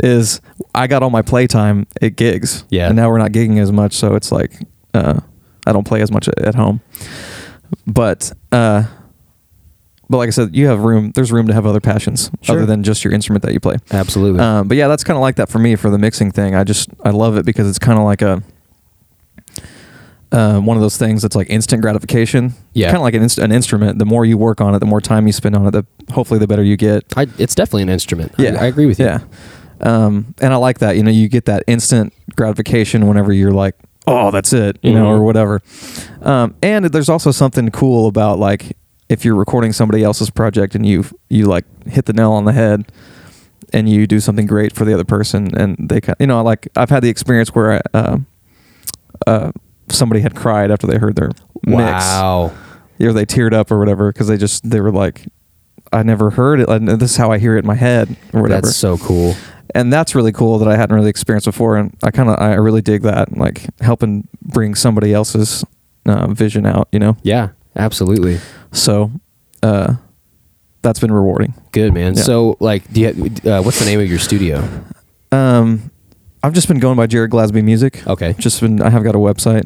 B: is I got all my playtime at gigs.
A: Yeah.
B: And now we're not gigging as much, so it's like uh, I don't play as much at, at home. But uh, but like I said, you have room. There's room to have other passions
A: Sure.
B: other than just your instrument that you play.
A: Absolutely.
B: Um, but yeah, that's kind of like that for me for the mixing thing. I just I love it because it's kind of like a uh, one of those things that's like instant gratification.
A: Yeah.
B: kind of like an, inst- an instrument. The more you work on it, the more time you spend on it. The hopefully the better you get.
A: I, it's definitely an instrument. I-
B: Yeah,
A: I, agree with you.
B: Yeah, um, and I like that. You know, you get that instant gratification whenever you're like, oh, that's it, you know,
A: Mhm.
B: or whatever. Um, and there's also something cool about like if you're recording somebody else's project and you you like hit the nail on the head and you do something great for the other person and they kind you know like I've had the experience where I, um uh, somebody had cried after they heard their
A: Wow.
B: mix or they teared up or whatever because they just they were like I never heard it and this is how I hear it in my head or whatever
A: That's so cool.
B: and that's really cool that I hadn't really experienced before, and I kind of I really dig that, like helping bring somebody else's uh, vision out, you know.
A: Yeah. Absolutely.
B: So uh, that's been rewarding.
A: Good man.
B: Yeah.
A: So like, do you, uh, what's the name of your studio?
B: Um, I've just been going by Jared Glasby Music.
A: Okay.
B: Just been I have got a website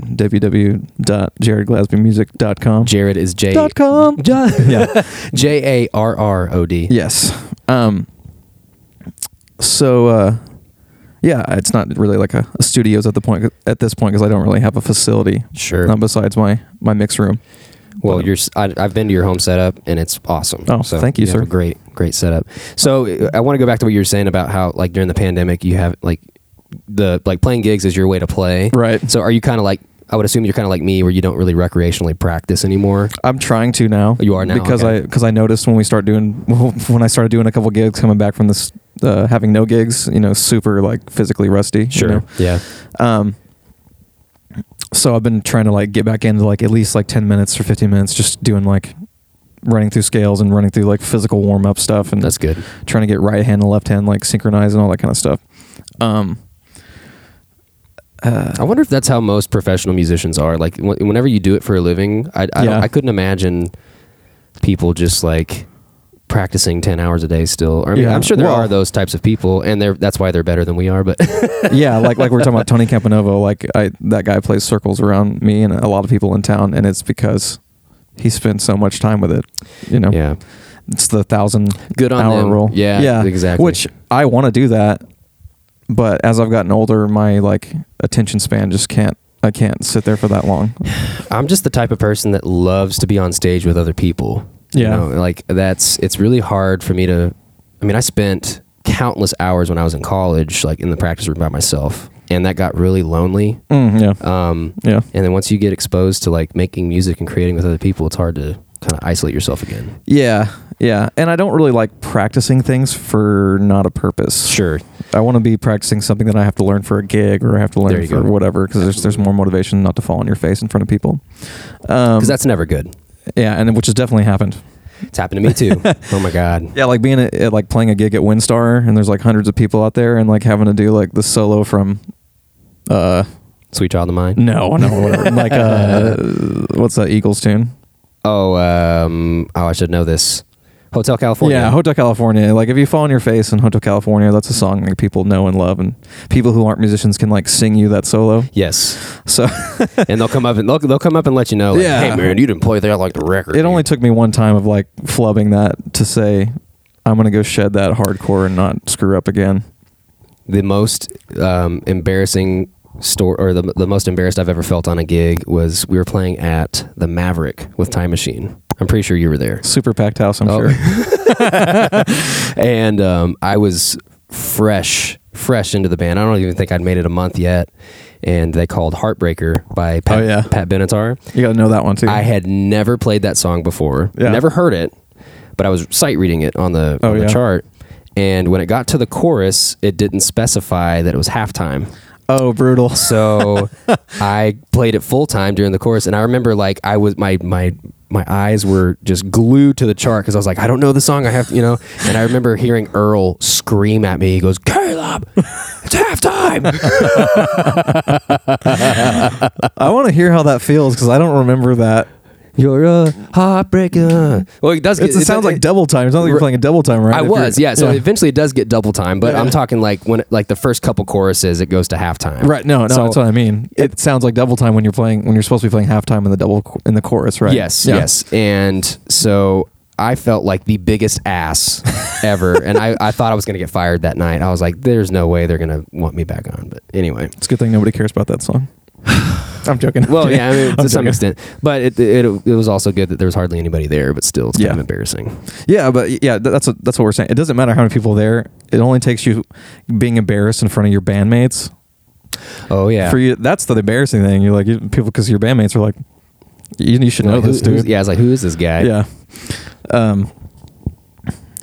B: www.jaredglasbymusic.com.
A: Jared is J
B: dot com. yeah.
A: J A R R O D.
B: Yes. Um. So, uh, yeah, it's not really like a, a studios at the point at this point because I don't really have a facility.
A: Sure.
B: Not besides my my mix room.
A: Well,
B: But-
A: you're, s- I, have been to your home setup and it's awesome.
B: Oh, thank you,
A: have a
B: sir.
A: great, great setup. So uh, I want to go back to what you were saying about how, like, during the pandemic, you have like the like playing gigs is your way to play.
B: Right.
A: So are you kind of like? I would assume you're kind of like me, where you don't really recreationally practice anymore.
B: I'm trying to now.
A: You are now,
B: because
A: okay.
B: I because I noticed when we start doing when I started doing a couple gigs coming back from this uh, having no gigs, you know, super like physically rusty. you know?
A: Yeah.
B: Um, so I've been trying to like get back into like at least like 10 minutes or 15 minutes, just doing like running through scales and running through like physical warm up stuff and
A: That's good.
B: trying to get right hand and left hand like synchronized and all that kind of stuff. Um, uh,
A: I wonder if that's how most professional musicians are. Like, w- whenever you do it for a living, I I, don't-
B: Yeah.
A: I couldn't imagine people just like practicing ten hours a day still. Or, I mean,
B: Yeah.
A: I'm sure there
B: Well-
A: are those types of people, and they're that's why they're better than we are. But
B: yeah, like like we're talking about Tony Campanovo, like I that guy plays circles around me and a lot of people in town, and it's because he spends so much time with it. You know,
A: yeah,
B: it's the thousand
A: Good on
B: hour
A: them.
B: rule.
A: Yeah, exactly.
B: Which I want to do that, but as I've gotten older, my like attention span just can't. I can't sit there for that long.
A: I'm just the type of person that loves to be on stage with other people.
B: Yeah.
A: You know, like that's it's really hard for me to I mean, I spent countless hours when I was in college like in the practice room by myself, and that got really lonely.
B: Mm, yeah,
A: Um
B: yeah.
A: and then once you get exposed to like making music and creating with other people, it's hard to kind of isolate yourself again.
B: Yeah, yeah. And I don't really like practicing things for not a purpose.
A: Sure.
B: I want to be practicing something that I have to learn for a gig or I have to
A: There
B: learn
A: you
B: for
A: go.
B: whatever because there's, there's more motivation not to fall on your face in front of people. Um,
A: Cuz that's never good.
B: yeah, and which has definitely happened.
A: It's happened to me too. oh my god.
B: Yeah, like being at, at like playing a gig at Windstar and there's like hundreds of people out there and like having to do like the solo from uh
A: Sweet child of mine.
B: no no whatever. like uh what's that Eagles tune?
A: Oh, um oh, I should know this. Hotel California.
B: Yeah, Hotel California. Like if you fall on your face in Hotel California, that's a song that people know and love and people who aren't musicians can like sing you that solo.
A: yes.
B: So
A: and they'll come up and they'll, they'll come up and let you know, like,
B: Yeah.
A: hey man, you didn't play there like the record.
B: It only took me one time of like flubbing that to say, I'm gonna go shed that hardcore and not screw up again.
A: the most um, embarrassing store or the, the most embarrassed I've ever felt on a gig was we were playing at the Maverick with Time Machine. I'm pretty sure you were there.
B: Super packed house, I'm
A: Oh.
B: sure.
A: and um, I was fresh, fresh into the band. I don't even think I'd made it a month yet. And they called Heartbreaker by Pat,
B: Oh, yeah.
A: Pat Benatar.
B: You gotta know that one too.
A: I had never played that song before,
B: Yeah.
A: never heard it, but I was sight reading it on the,
B: Oh,
A: on the
B: yeah.
A: chart. And when it got to the chorus, it didn't specify that it was halftime.
B: oh, brutal.
A: So I played it full time during the chorus, and I remember like I was my my my eyes were just glued to the chart because I was like, I don't know the song. I have you know, and I remember hearing Earl scream at me. He goes, Caleb, it's halftime.
B: I want to hear how that feels because I don't remember that.
A: You're a heartbreaker. Well, it does. Get,
B: It's, it, sounds
A: does-
B: like double time. It sounds like you're playing a double time, right?
A: I
B: If
A: was,
B: you're-
A: yeah. So eventually it does get double time, but I'm talking like when like the first couple choruses, it goes to halftime.
B: right. No, no,
A: So-
B: that's what I mean. It sounds like double time when you're playing when you're supposed to be playing halftime in the double ch- in the chorus, right?
A: Yes,
B: Yeah.
A: yes. And so I felt like the biggest ass ever. and I, I thought I was going to get fired that night. I was like, there's no way they're going to want me back on. But anyway.
B: It's a good thing nobody cares about that song. I'm joking.
A: Well, yeah, I mean,
B: I'm
A: to some
B: joking.
A: extent. But it, it, it was also good that there was hardly anybody there, but still, it's kind of
B: Yeah.
A: embarrassing.
B: Yeah, but yeah, th- that's what, that's what we're saying. It doesn't matter how many people there. It only takes you being embarrassed in front of your bandmates
A: Oh, yeah.
B: for you. That's the embarrassing thing. You're like you, people because your bandmates are like, you, you should know
A: Like, who-
B: this
A: who's-
B: dude.
A: Yeah, I was like, who is this guy?
B: yeah. Um,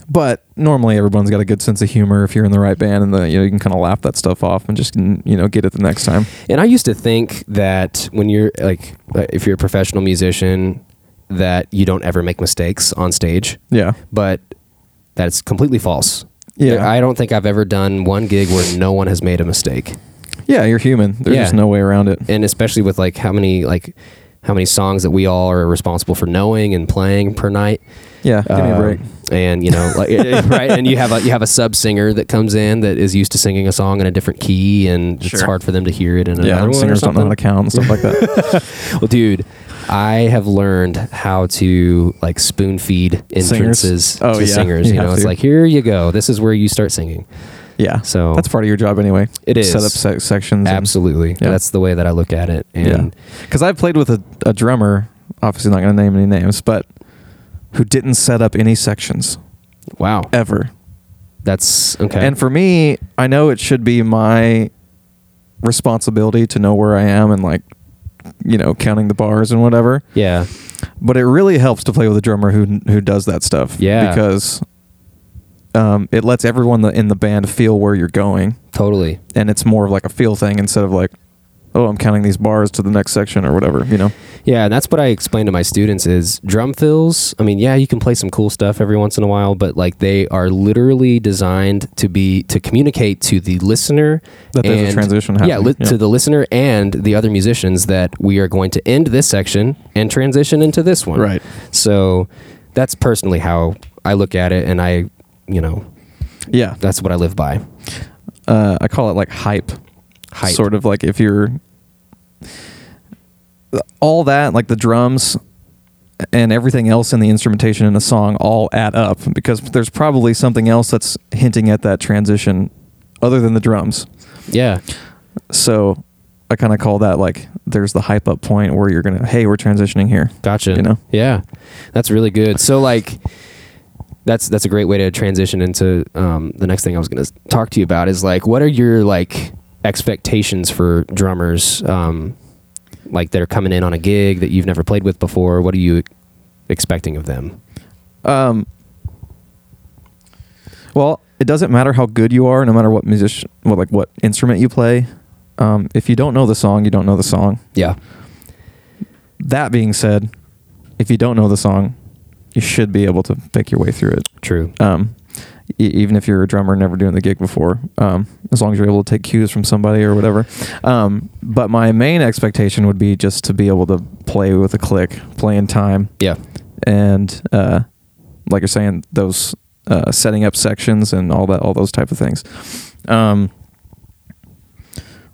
B: but normally everyone's got a good sense of humor if you're in the right band, and the you know you can kind of laugh that stuff off and just mm, you know get it the next time.
A: And I used to think that when you're like, uh, if you're a professional musician, that you don't ever make mistakes on stage.
B: Yeah.
A: but that's completely false.
B: Yeah.
A: There- I don't think I've ever done one gig where no one has made a mistake,
B: Yeah, you're human. There's
A: Yeah.
B: just no way around it.
A: and especially with like how many like how many songs that we all are responsible for knowing and playing per night.
B: Uh, Yeah, give me a
A: Um,
B: break.
A: And you know, like, right? And you have a you have a sub singer that comes in that is used to singing a song in a different key, and it's
B: Sure.
A: hard for them to hear it in another
B: Yeah,
A: one or
B: singers don't know how
A: something.
B: to count and stuff like that.
A: Well, dude, I have learned how to like spoon feed entrances
B: Oh,
A: to
B: yeah.
A: singers.
B: You
A: You, know,
B: have
A: it's
B: to.
A: like here you go. This is where you start singing.
B: Yeah,
A: So
B: that's part of your job anyway.
A: It is.
B: set up se- sections. and-
A: absolutely
B: Yeah.
A: that's the way that I look at it.
B: Yeah,
A: And
B: because I've played with a, a drummer. Obviously, not going to name any names, but who didn't set up any sections
A: wow,
B: ever.
A: that's okay.
B: And for me, I know it should be my responsibility to know where I am and like, you know, counting the bars and whatever.
A: yeah,
B: But it really helps to play with a drummer who who does that stuff.
A: Yeah.
B: because um, it lets everyone tha- in the band feel where you're going,
A: totally.
B: and it's more of like a feel thing instead of like, oh, I'm counting these bars to the next section or whatever. You know.
A: Yeah, and that's what I explain to my students is drum fills. I mean, yeah, you can play some cool stuff every once in a while, but like they are literally designed to be to communicate to the listener
B: That there's a transition
A: Yeah,
B: happening,
A: li-
B: yeah.
A: to the listener and the other musicians that we are going to end this section and transition into this one.
B: Right.
A: So that's personally how I look at it, and I, you know,
B: Yeah.
A: that's what I live by.
B: uh, I call it like hype.
A: Hype.
B: Sort of like if you're all that, like the drums and everything else in the instrumentation in a song all add up because there's probably something else that's hinting at that transition other than the drums.
A: Yeah.
B: So I kind of call that like there's the hype up point where you're going to, hey, we're transitioning here.
A: Gotcha.
B: You know?
A: Yeah, that's really good. So like, that's that's a great way to transition into um, the next thing I was going to talk to you about is like, what are your like expectations for drummers, um, like that are coming in on a gig that you've never played with before? What are you expecting of them?
B: Um, well, it doesn't matter how good you are, no matter what musician, well, like what instrument you play. Um, if you don't know the song, you don't know the song.
A: Yeah.
B: That being said, if you don't know the song, you should be able to pick your way through it.
A: True.
B: Um, e- even if you're a drummer never doing the gig before, um, as long as you're able to take cues from somebody or whatever. Um, but my main expectation would be just to be able to play with a click, play in time,
A: Yeah.
B: and uh, like you're saying, those uh, setting up sections and all that, all those type of things. Um,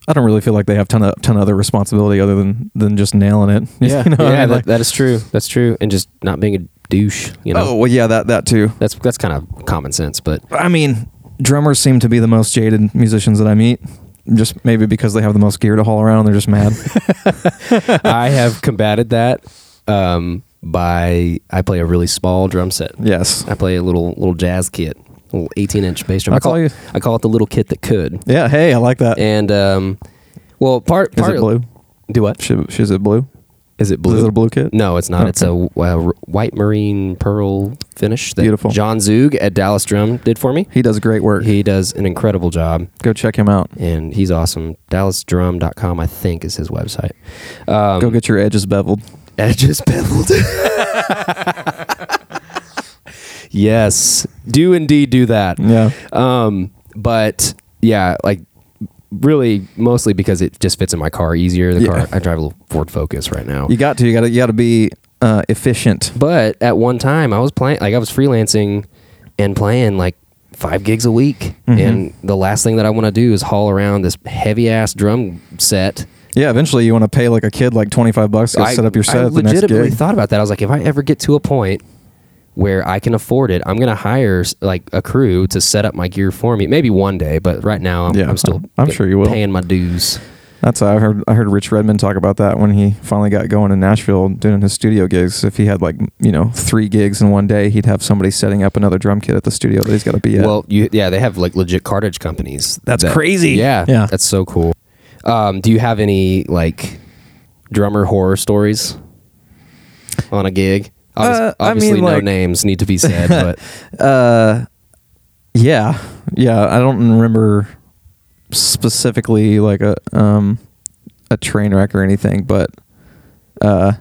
B: I don't really feel like they have ton of ton of other responsibility other than than just nailing it. You
A: Yeah.
B: know what I
A: yeah.
B: mean?
A: that,
B: Like-
A: that is true. That's true. And just not being a douche. You know.
B: Oh well, yeah, that that too.
A: That's that's kind of common sense, but
B: I mean, drummers seem to be the most jaded musicians that I meet. Just maybe because they have the most gear to haul around, they're just mad.
A: I have combated that um, by I play a really small drum set.
B: yes.
A: I play a little little jazz kit, a little 18 inch bass drum.
B: I
A: I call,
B: call you-
A: I call it the little kit that could.
B: Yeah. Hey, I like that. Is
A: And um, well, part part
B: it blue?
A: Do what?
B: Sh- Is it blue?
A: Is it blue?
B: Is it a blue kit?
A: No, it's not. It's a, w- a r- white marine pearl finish that
B: Beautiful.
A: John Zug at Dallas Drum did for me.
B: He does great work.
A: He does an incredible job,
B: Go check him out.
A: and he's awesome. DallasDrum.com, I think, is his website. Um,
B: Go get your edges beveled.
A: edges beveled. yes, do indeed do that.
B: Yeah.
A: Um, but yeah, like really mostly because it just fits in my car easier. The
B: Yeah.
A: car I drive a little Ford Focus right now.
B: You got to. You got to. You got to be uh, efficient.
A: But at one time, I was playing like I was freelancing and playing like five gigs a week,
B: Mm-hmm.
A: and the last thing that I want to do is haul around this heavy ass drum set.
B: Yeah. Eventually, you want to pay like a kid like twenty five bucks to
A: I-
B: set up your set.
A: I
B: at the next
A: legitimately
B: gig.
A: thought about that. I was like, if I ever get to a point where I can afford it, I'm gonna hire like a crew to set up my gear for me. Maybe one day, but right now I'm,
B: Yeah,
A: I'm still
B: I'm sure you will.
A: paying my dues.
B: That's how I heard. I heard Rich Redmond talk about that when he finally got going in Nashville doing his studio gigs. If he had like you know three gigs in one day, he'd have somebody setting up another drum kit at the studio that he's got to be at.
A: Well, you yeah, they have like legit cartage companies.
B: That's crazy.
A: Yeah,
B: Yeah.
A: that's so cool. Um, do you have any like drummer horror stories on a gig? Obvi-
B: Uh, I
A: obviously,
B: mean,
A: no
B: like-
A: names need to be said, but
B: uh, yeah, yeah. I don't remember specifically like a um a train wreck or anything, but uh,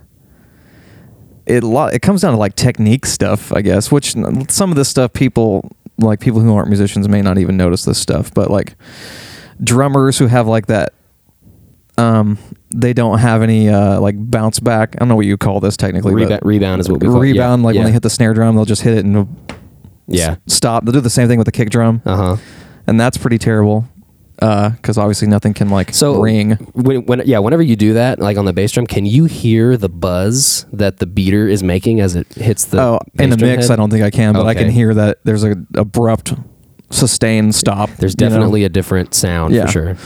B: it lot it comes down to like technique stuff, I guess. Which n- some of this stuff people like people who aren't musicians may not even notice this stuff, but like drummers who have like that um, they don't have any uh, like bounce back. I don't know what you call this technically.
A: Reba-
B: but
A: rebound is what we call it. Yeah,
B: rebound. Like
A: yeah.
B: when they hit the snare drum, they'll just hit it and it'll s-
A: Yeah.
B: stop. They'll do the same thing with the kick drum,
A: Uh huh.
B: and that's pretty terrible because obviously nothing can like
A: So
B: ring.
A: when, when yeah, whenever you do that, like on the bass drum, can you hear the buzz that the beater is making as it hits the?
B: oh,
A: bass
B: in the
A: drum
B: mix,
A: head?
B: I don't think I can, but I can
A: Okay.
B: hear that there's a abrupt sustained stop.
A: There's
B: you know?
A: definitely a different sound
B: Yeah.
A: for sure.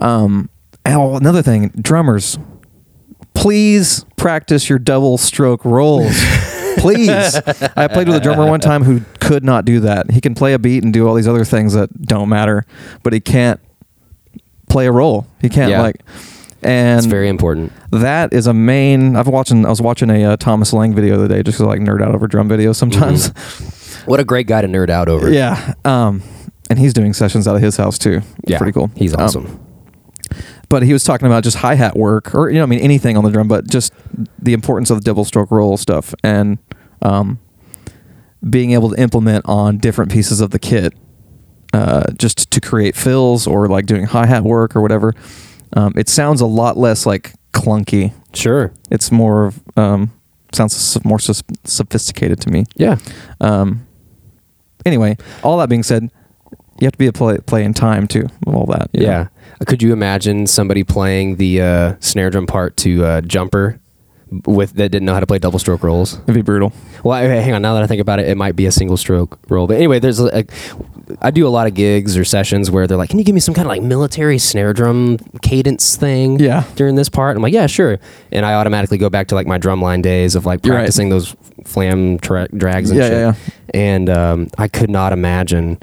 B: Um, oh, another thing, drummers, please practice your double stroke rolls. please. I played with a drummer one time who could not do that. He can play a beat and do all these other things that don't matter, but he can't play a roll. He can't
A: Yeah.
B: like and
A: It's very important.
B: that is a main I've watching I was watching a uh, Thomas Lang video the other day just to like nerd out over drum videos sometimes.
A: What a great guy to nerd out over.
B: Yeah. Um, and he's doing sessions out of his house too.
A: Yeah.
B: Pretty cool.
A: He's
B: Um,
A: awesome.
B: but he was talking about just hi hat work or, you know, I mean, anything on the drum, but just the importance of the double stroke roll stuff and um, being able to implement on different pieces of the kit uh, just to create fills or like doing hi hat work or whatever. Um, it sounds a lot less like clunky.
A: sure.
B: It's more, of, um, sounds s- more sus- sophisticated to me.
A: Yeah.
B: Um, anyway, all that being said, you have to be a play, play in time too. with All that, you
A: Yeah. Uh,
B: know.
A: Could you imagine somebody playing the uh, snare drum part to uh, jumper with that didn't know how to play double stroke rolls?
B: it'd be brutal.
A: Well, I- hang on. Now that I think about it, it might be a single stroke roll. But anyway, there's a, I do a lot of gigs or sessions where they're like, "Can you give me some kind of like military snare drum cadence thing?"
B: Yeah.
A: During this part, I'm like, "Yeah, sure." And I automatically go back to like my drumline days of like
B: You're right.
A: practicing those flam tra- drags and
B: Yeah,
A: shit.
B: yeah, yeah.
A: And um, I could not imagine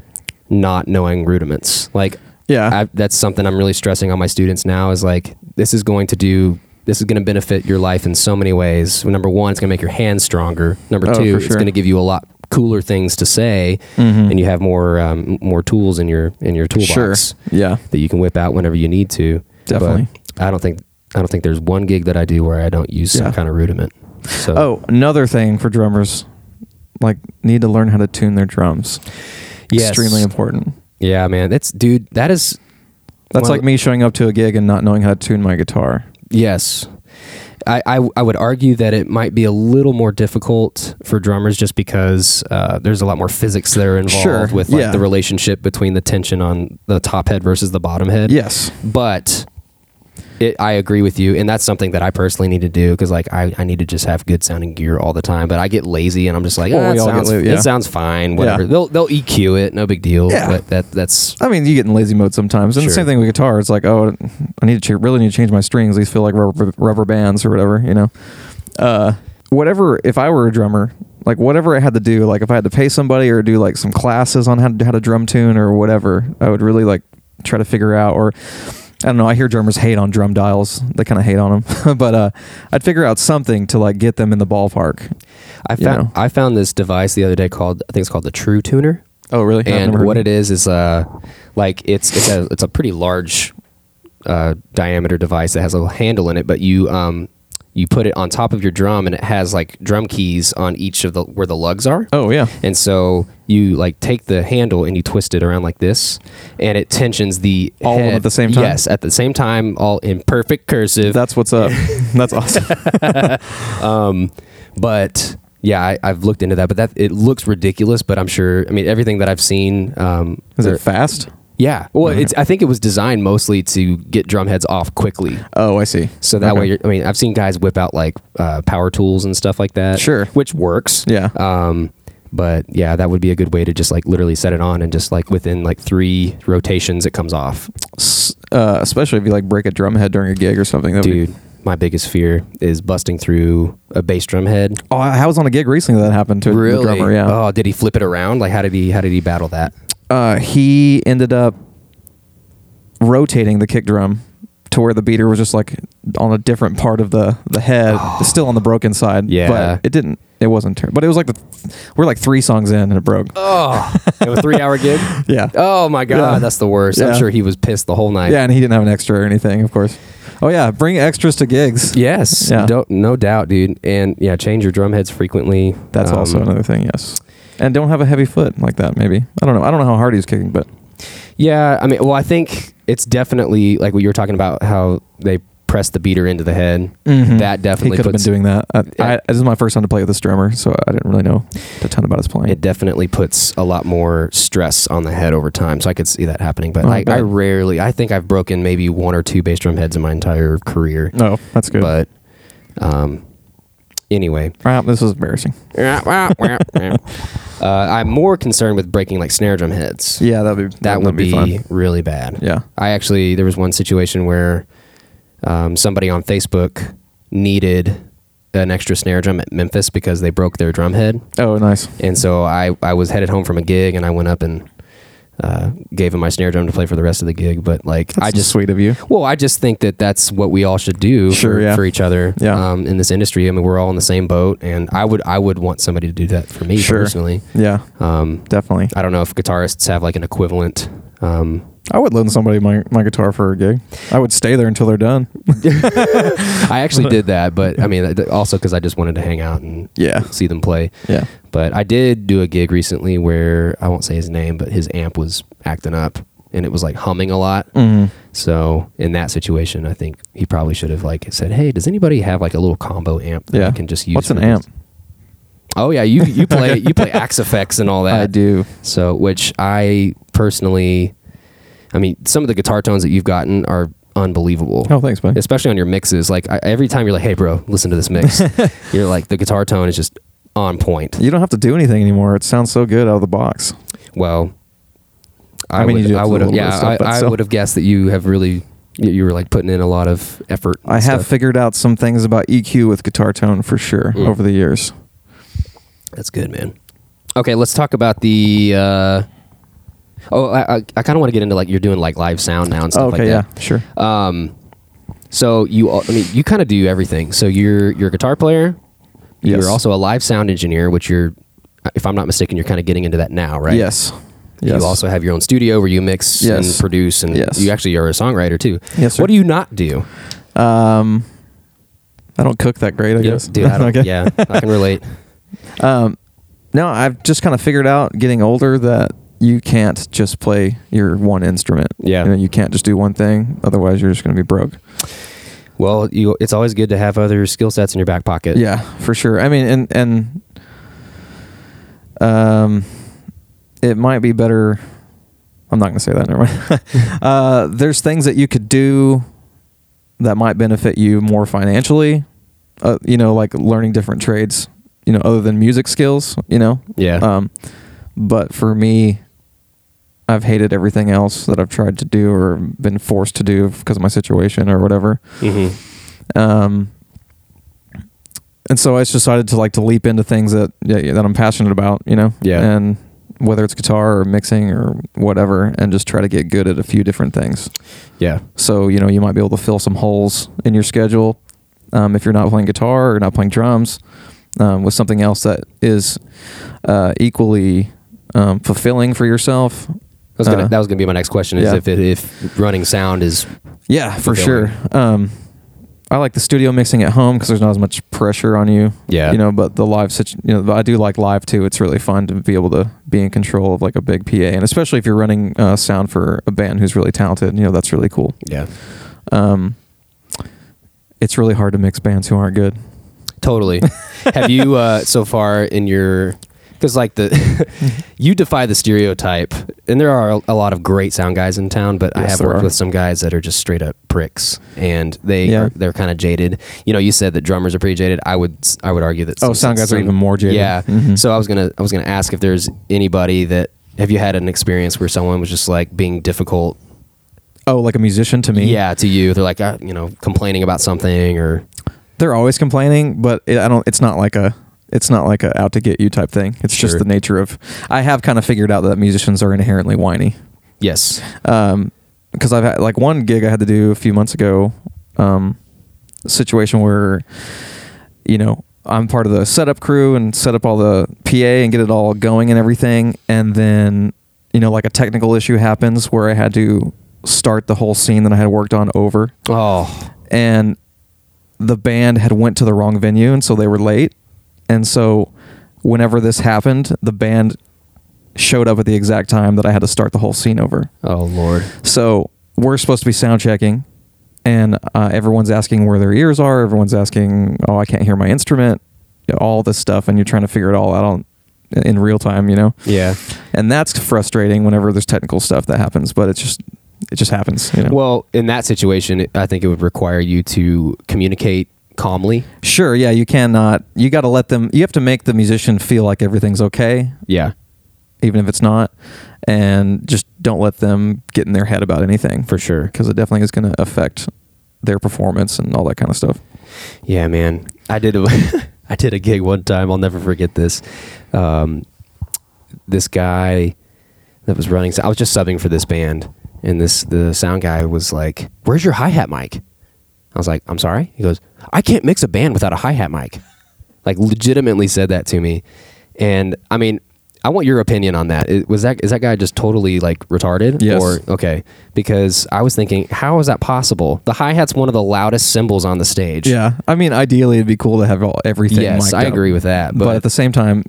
A: not knowing rudiments. Like,
B: Yeah,
A: I, that's something I'm really stressing on my students now is like this is going to do this is going to benefit your life in so many ways. Number one, it's going to make your hands stronger. Number
B: Oh,
A: two,
B: for
A: it's
B: sure.
A: going to give you a lot cooler things to say,
B: Mm-hmm.
A: and you have more um, more tools in your in your toolbox
B: sure. Yeah,
A: that you can whip out whenever you need to.
B: Definitely.
A: But I don't think I don't think there's one gig that I do where I don't use
B: Yeah.
A: some kind of rudiment. So
B: Oh, another thing for drummers, like need to learn how to tune their drums.
A: Yes.
B: Extremely important.
A: yeah, man, that's dude. That is
B: That's
A: Well-
B: like me showing up to a gig and not knowing how to tune my guitar.
A: Yes. I, I, I would argue that it might be a little more difficult for drummers just because uh, there's a lot more physics that are involved
B: Sure,
A: with like
B: yeah.
A: the relationship between the tension on the top head versus the bottom head.
B: Yes.
A: But it, I agree with you, and that's something that I personally need to do because like I, I need to just have good sounding gear all the time. But I get lazy and I'm just like,
B: Well,
A: oh,
B: we all get
A: sounds,
B: la- yeah.
A: it sounds fine. Whatever.
B: Yeah.
A: They'll they'll EQ it, no big deal.
B: Yeah. Uh,
A: But that that's
B: I mean, you get in lazy mode sometimes, and
A: Sure.
B: the same thing with guitar. It's like, oh, I need to ch- really need to change my strings. These feel like rubber, rubber bands or whatever, you know. Uh, whatever. If I were a drummer, like whatever I had to do, like if I had to pay somebody or do like some classes on how to how to drum tune or whatever, I would really like try to figure out. Or I don't know. I hear drummers hate on drum dials. They kind of hate on them, but uh, I'd figure out something to like get them in the ballpark.
A: I
B: You
A: found
B: know.
A: I found this device the other day called I think it's called the True Tuner.
B: Oh, really? I've never
A: and
B: heard
A: what
B: of
A: it is is uh like it's it's a it's a pretty large uh, diameter device that has a little handle in it, but you um you put it on top of your drum and it has like drum keys on each of the where the lugs are.
B: Oh, yeah.
A: And so you like take the handle and you twist it around like this, and it tensions the
B: All of them
A: head.
B: at the same time?
A: Yes, at the same time, all in perfect cursive.
B: That's what's up. That's awesome.
A: Um, but yeah, I, I've looked into that, but that it looks ridiculous. But I'm sure. I mean, everything that I've seen. Um,
B: Is
A: or-
B: it fast?
A: yeah. Well,
B: Okay.
A: it's. I think it was designed mostly to get drum heads off quickly.
B: Oh, I see.
A: So that
B: Okay.
A: way, you're, I mean, I've seen guys whip out like uh, power tools and stuff like that.
B: Sure.
A: Which works.
B: Yeah.
A: Um, but yeah, that would be a good way to just like literally set it on and just like within like three rotations, it comes off.
B: S- uh, especially if you like break a drum head during a gig or something. that'd be-
A: Dude, my biggest fear is busting through a bass drum head.
B: oh, I I was on a gig recently that happened to a- the drummer. Yeah,
A: Oh, did he flip it around? Like, how did he? How did he battle that?
B: uh, he ended up rotating the kick drum to where the beater was just like on a different part of the the head, still on the broken side.
A: Yeah.
B: but it didn't. It wasn't. Ter- but it was like the we're like three songs in and it broke.
A: Oh, it was a three-hour gig.
B: yeah.
A: Oh my god,
B: Yeah.
A: that's the worst. I'm
B: Yeah.
A: sure he was pissed the whole night.
B: yeah, and he didn't have an extra or anything, of course. Oh yeah, bring extras to gigs.
A: Yes.
B: Yeah.
A: Don't, no doubt, dude. And yeah, change your drum heads frequently.
B: That's
A: Um,
B: also another thing, yes. And don't have a heavy foot like that, maybe. I don't know. I don't know how hard he's kicking, but
A: Yeah, I mean, well, I think it's definitely like what you were talking about how they press the beater into the head.
B: Mhm.
A: That
B: He
A: definitely
B: could have been
A: puts
B: doing that. I,
A: Yeah.
B: I, this is my first time to play with this drummer, so I didn't really know a ton about his playing.
A: it definitely puts a lot more stress on the head over time. So I could see that happening. But
B: Oh, I
A: I, I,
B: bet.
A: rarely, I think I've broken maybe one or two bass drum heads in my entire career.
B: no, that's Mm, good.
A: But um, anyway,
B: Ah, this is embarrassing.
A: uh, I'm more concerned with breaking like snare drum heads.
B: Yeah, that'd be
A: that would be,
B: fun.
A: really bad.
B: Yeah.
A: I actually there was one situation where um, somebody on Facebook needed an extra snare drum at Memphis because they broke their drum head,
B: Oh, nice.
A: and so I I was headed home from a gig and I went up and uh, gave him my snare drum to play for the rest of the gig. But like I
B: That's
A: just
B: sweet of you.
A: well, I just think that that's what we all should do
B: Sure,
A: for,
B: yeah.
A: for each other
B: Yeah.
A: um, in this industry. I mean, we're all in the same boat, and I would I would want somebody to do that for me
B: Sure.
A: personally.
B: Yeah,
A: Um,
B: definitely.
A: I don't know if guitarists have like an equivalent. Um,
B: I would loan somebody my, my guitar for a gig. I would stay there until they're done.
A: I actually did that, but I mean, th- also because I just wanted to hang out and
B: Yeah.
A: see them play.
B: Yeah.
A: But I did do a gig recently where I won't say his name, but his amp was acting up and it was like humming a lot.
B: Mm.
A: So in that situation, I think he probably should have like said, "Hey, does anybody have like a little combo amp that
B: Yeah.
A: I can just use?"
B: What's
A: for
B: an
A: this?"
B: amp?
A: Oh yeah, you you play you play Axe Effects and all that.
B: I do.
A: So, which I personally, I mean, some of the guitar tones that you've gotten are unbelievable.
B: Oh, thanks, man.
A: Especially on your mixes, like I, every time you're like, "Hey, bro, listen to this mix," you're like, the guitar tone is just on point.
B: You don't have to do anything anymore. It sounds so good out of the box.
A: Well,
B: I mean, you
A: would,
B: do
A: I
B: have to
A: would,
B: do a little
A: yeah,
B: bit of stuff,
A: I,
B: but
A: I
B: so-
A: would have guessed that you have really, you you were like putting in a lot of effort. and
B: I have
A: stuff.
B: figured out some things about EQ with guitar tone for sure
A: Mm.
B: over the years.
A: That's good, man. Okay, let's talk about the. Uh, oh, I, I, I kind of want to get into like you're doing like live sound now and stuff
B: okay,
A: like that.
B: yeah, sure.
A: Um, so you, al- I mean, you kind of do everything. So you're you're a guitar player.
B: Yes.
A: You're also a live sound engineer, which you're, if I'm not mistaken, you're kind of getting into that now, right?
B: Yes.
A: You
B: Yes.
A: also have your own studio where you mix
B: Yes.
A: and produce, and
B: Yes.
A: you actually are a songwriter too.
B: Yes, sir.
A: What do you not do?
B: Um, I don't cook that great, I
A: You
B: guess.
A: don't- dude, I don't,
B: Okay.
A: yeah, I can relate.
B: Um, no, I've just kind of figured out getting older that you can't just play your one instrument.
A: Yeah.
B: You, know, you can't just do one thing. Otherwise, you're just going to be broke.
A: Well, you, it's always good to have other skill sets in your back pocket.
B: Yeah, for sure. I mean, and and um, it might be better. I'm not going to say that. Never mind. uh, there's things that you could do that might benefit you more financially. Uh, you know, like learning different trades. You know, other than music skills. You know.
A: Yeah.
B: Um, but for me, I've hated everything else that I've tried to do or been forced to do because of my situation or whatever
A: Mhm.
B: um, and so I just decided to like to leap into things that yeah, yeah, that I'm passionate about, you know,
A: Yeah.
B: and whether it's guitar or mixing or whatever, and just try to get good at a few different things.
A: Yeah.
B: So you know, you might be able to fill some holes in your schedule um, if you're not playing guitar or not playing drums um, with something else that is uh, equally um, fulfilling for yourself.
A: That was gonna,
B: Uh,
A: that was gonna be my next question. Is
B: yeah.
A: if it, if running sound is
B: Yeah, for
A: Fulfilling.
B: sure. Um, I like the studio mixing at home because there's not as much pressure on you.
A: Yeah.
B: you know, but the live, situ- you know, but I do like live too. It's really fun to be able to be in control of like a big PA, and especially if you're running uh, sound for a band who's really talented. You know, that's really cool.
A: yeah
B: Um, it's really hard to mix bands who aren't good.
A: totally. Have you uh, so far in your because like the you defy the stereotype, and there are a lot of great sound guys in town, but I
B: Yes,
A: have
B: there
A: worked
B: are.
A: with some guys that are just straight up pricks, and they
B: Yeah.
A: are, they're kind of jaded. You know, you said that drummers are pretty jaded. I would s- I would argue that
B: Oh,
A: some-
B: sound guys are
A: some-
B: even more jaded.
A: Yeah.
B: Mhm.
A: So I was gonna I was gonna ask if there's anybody that have you had an experience where someone was just like being difficult
B: Oh, like a musician to me.
A: yeah to you they're like uh, you know complaining about something or
B: they're always complaining, but it, I don't. It's not like a. It's not like a out to get you type thing. It's
A: Sure.
B: just the nature of. I have kind of figured out that musicians are inherently whiny.
A: yes
B: um because i've had like one gig i had to do a few months ago um a situation where you know i'm part of the setup crew and set up all the pa and get it all going and everything and then you know like a technical issue happens where i had to start the whole scene that i had worked on over
A: oh
B: and the band had went to the wrong venue and so they were late and so whenever this happened the band showed up at the exact time that i had to start the whole scene over
A: oh lord
B: so we're supposed to be sound checking, and uh, everyone's asking where their ears are. Everyone's asking, "Oh, I can't hear my instrument." All this stuff, and you're trying to figure it all out on, in real time, you know.
A: Yeah.
B: And that's frustrating whenever there's technical stuff that happens, but it's just it just happens. You know?
A: Well, in that situation, it- I think it would require you to communicate calmly.
B: sure, yeah, you cannot. You got to let them. You have to make the musician feel like everything's okay,
A: Yeah,
B: even if it's not, and just don't let them get in their head about anything
A: for sure.
B: because it definitely is going to affect their performance and all that kind of stuff.
A: Yeah, man. I did a I did a gig one time. I'll never forget this. Um, this guy that was running. I was just subbing for this band, and this the sound guy was like, "Where's your hi hat mic?" I was like, "I'm sorry." He goes, "I can't mix a band without a hi hat mic." Like, legitimately said that to me, and I mean. I want your opinion on that. Is, was that is that guy just totally like retarded?
B: Yes.
A: Or okay, because I was thinking, how is that possible? The hi hat's one of the loudest cymbals on the stage.
B: Yeah, I mean, ideally, it'd be cool to have all, everything.
A: Yes,
B: mic'd
A: I
B: up.
A: agree with that.
B: but,
A: But,
B: at the same time,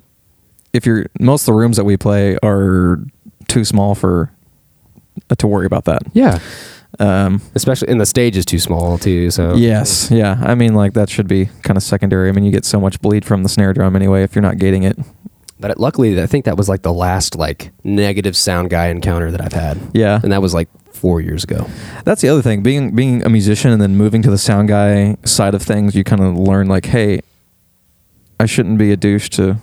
B: if you're most of the rooms that we play are too small for uh, to worry about that.
A: yeah,
B: Um,
A: especially and the stage is too small too. So
B: Yes, yeah. I mean, like that should be kind of secondary. I mean, you get so much bleed from the snare drum anyway if you're not gating it.
A: but luckily, I think that was like the last like negative sound guy encounter that I've had.
B: Yeah,
A: and that was like four years ago.
B: that's the other thing. Being being a musician and then moving to the sound guy side of things, you kind of learn like, hey, I shouldn't be a douche to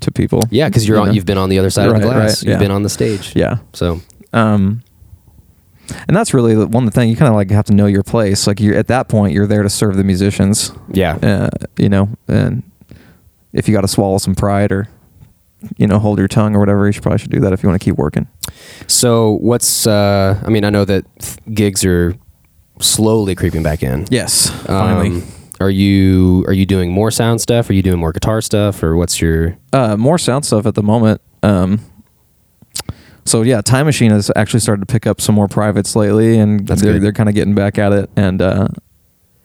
B: to people.
A: Yeah, because you're
B: You
A: on,
B: know?
A: you've been on the other side of
B: Right,
A: the glass.
B: right,
A: You've
B: yeah.
A: been on the stage.
B: yeah.
A: So
B: um and that's really the one thing you kind of like have to know your place like you're at that point you're there to serve the musicians
A: yeah,
B: uh, you know and if you got to swallow some pride or you know hold your tongue or whatever you should probably should do that if you want to keep working
A: So what's? Uh, I mean, I know that th- gigs are slowly creeping back in.
B: yes
A: Um, Are you are you doing more sound stuff? Are you doing more guitar stuff? Or what's your?
B: uh, more sound stuff at the moment. Um, so yeah, Time Machine has actually started to pick up some more privates lately, and
A: That's
B: they're
A: good.
B: they're kind of getting back at it, and uh,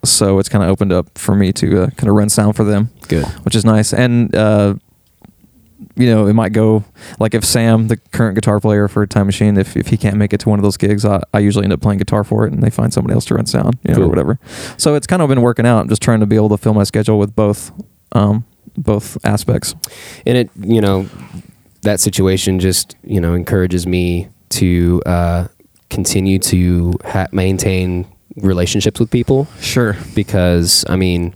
B: so it's kind of opened up for me to uh, kind of run sound for them.
A: Good.
B: which is nice, and uh, you know it might go like if Sam, the current guitar player for Time Machine, if if he can't make it to one of those gigs, I, I usually end up playing guitar for it, and they find somebody else to run sound, you know,
A: Cool.
B: or whatever. So it's kind of been working out. I'm just trying to be able to fill my schedule with both. Um, both aspects.
A: and it you know that situation just you know encourages me to uh, continue to ha- maintain relationships with people
B: Sure.
A: because I mean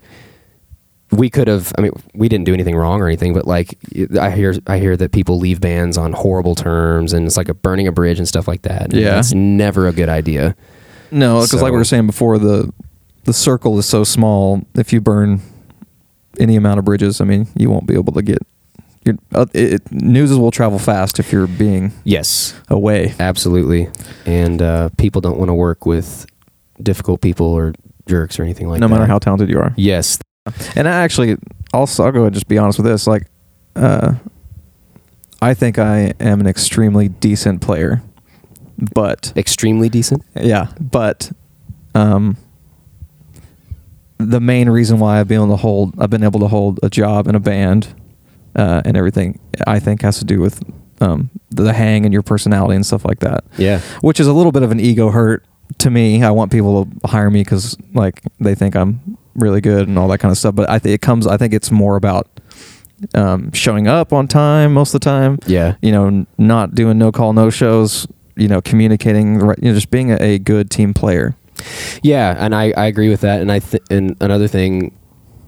A: we could have I mean we didn't do anything wrong or anything but like I hear I hear that people leave bands on horrible terms and it's like a burning a bridge and stuff like that and
B: Yeah.
A: that's never a good idea
B: No, because
A: So-
B: like we were saying before, the the circle is so small. If you burn any amount of bridges, I mean, you won't be able to get. Your, uh, it, it, news will travel fast if you're being
A: yes
B: away.
A: absolutely and uh, people don't want to work with difficult people or jerks or anything like
B: no
A: that
B: matter how talented you are.
A: yes
B: And I actually, also, I'll go ahead and just be honest with this. Like, uh, I think I am an extremely decent player, but
A: extremely decent
B: Yeah, but um, the main reason why I've been able to hold I've been able to hold a job in a band uh, and everything I think has to do with um, the hang and your personality and stuff like that.
A: Yeah.
B: which is a little bit of an ego hurt to me. I want people to hire me because like they think I'm really good and all that kind of stuff. But I think it comes. I think it's more about um, showing up on time most of the time
A: Yeah.
B: you know, n- not doing no call, no shows, you know, communicating, the right- you know, just being a, a good team player.
A: Yeah, and I, I agree with that. And I th- and another thing,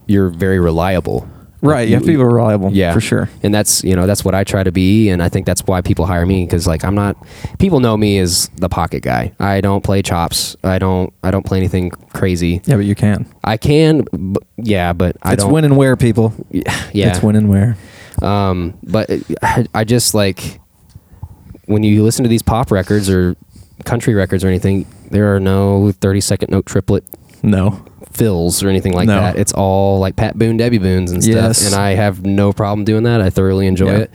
A: you're very reliable.
B: Right. You have to be reliable.
A: Yeah.
B: For sure.
A: And that's you know that's what I try to be, and I think that's why people hire me because like I'm not. People know me as the pocket guy. I don't play chops. I don't. I don't play anything crazy.
B: Yeah, but you can.
A: I can. B- yeah, but I
B: it's
A: don't.
B: win and wear, people.
A: yeah.
B: It's win and wear.
A: Um, but it- I, I just like when you listen to these pop records or country records or anything, there are no 30 second note triplet
B: No.
A: fills or anything like
B: No.
A: that. It's all like Pat Boone, Debbie Boone's and stuff.
B: Yes.
A: And I have no problem doing that. I thoroughly enjoy
B: Yeah.
A: it.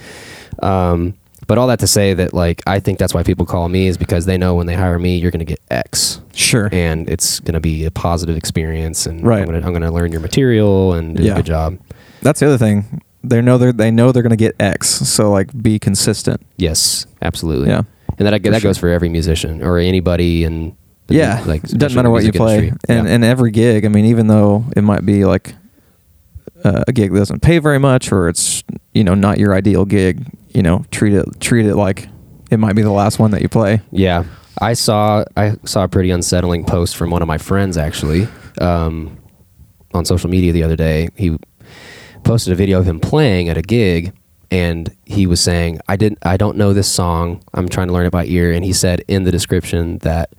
A: Um, but all that to say that like I think that's why people call me is because they know when they hire me, you're going to get X,
B: Sure.
A: and it's going to be a positive experience, and
B: Right.
A: I'm going to I'm gonna learn your material and do
B: Yeah.
A: a good job.
B: That's the other thing. They know they're they know they're gonna get X. So like, be consistent.
A: Yes, absolutely.
B: Yeah.
A: and that I, that
B: sure.
A: goes for every musician or anybody in I mean,
B: yeah,
A: like
B: like doesn't matter what you
A: music
B: play,
A: industry.
B: and
A: Yeah.
B: and every gig. I mean, even though it might be like uh, a gig that doesn't pay very much, or it's you know not your ideal gig, you know, treat it treat it like it might be the last one that you play.
A: Yeah, I saw I saw a pretty unsettling post from one of my friends actually um, on social media the other day. He posted a video of him playing at a gig, and he was saying, "I didn't, I don't know this song. I'm trying to learn it by ear." And he said in the description that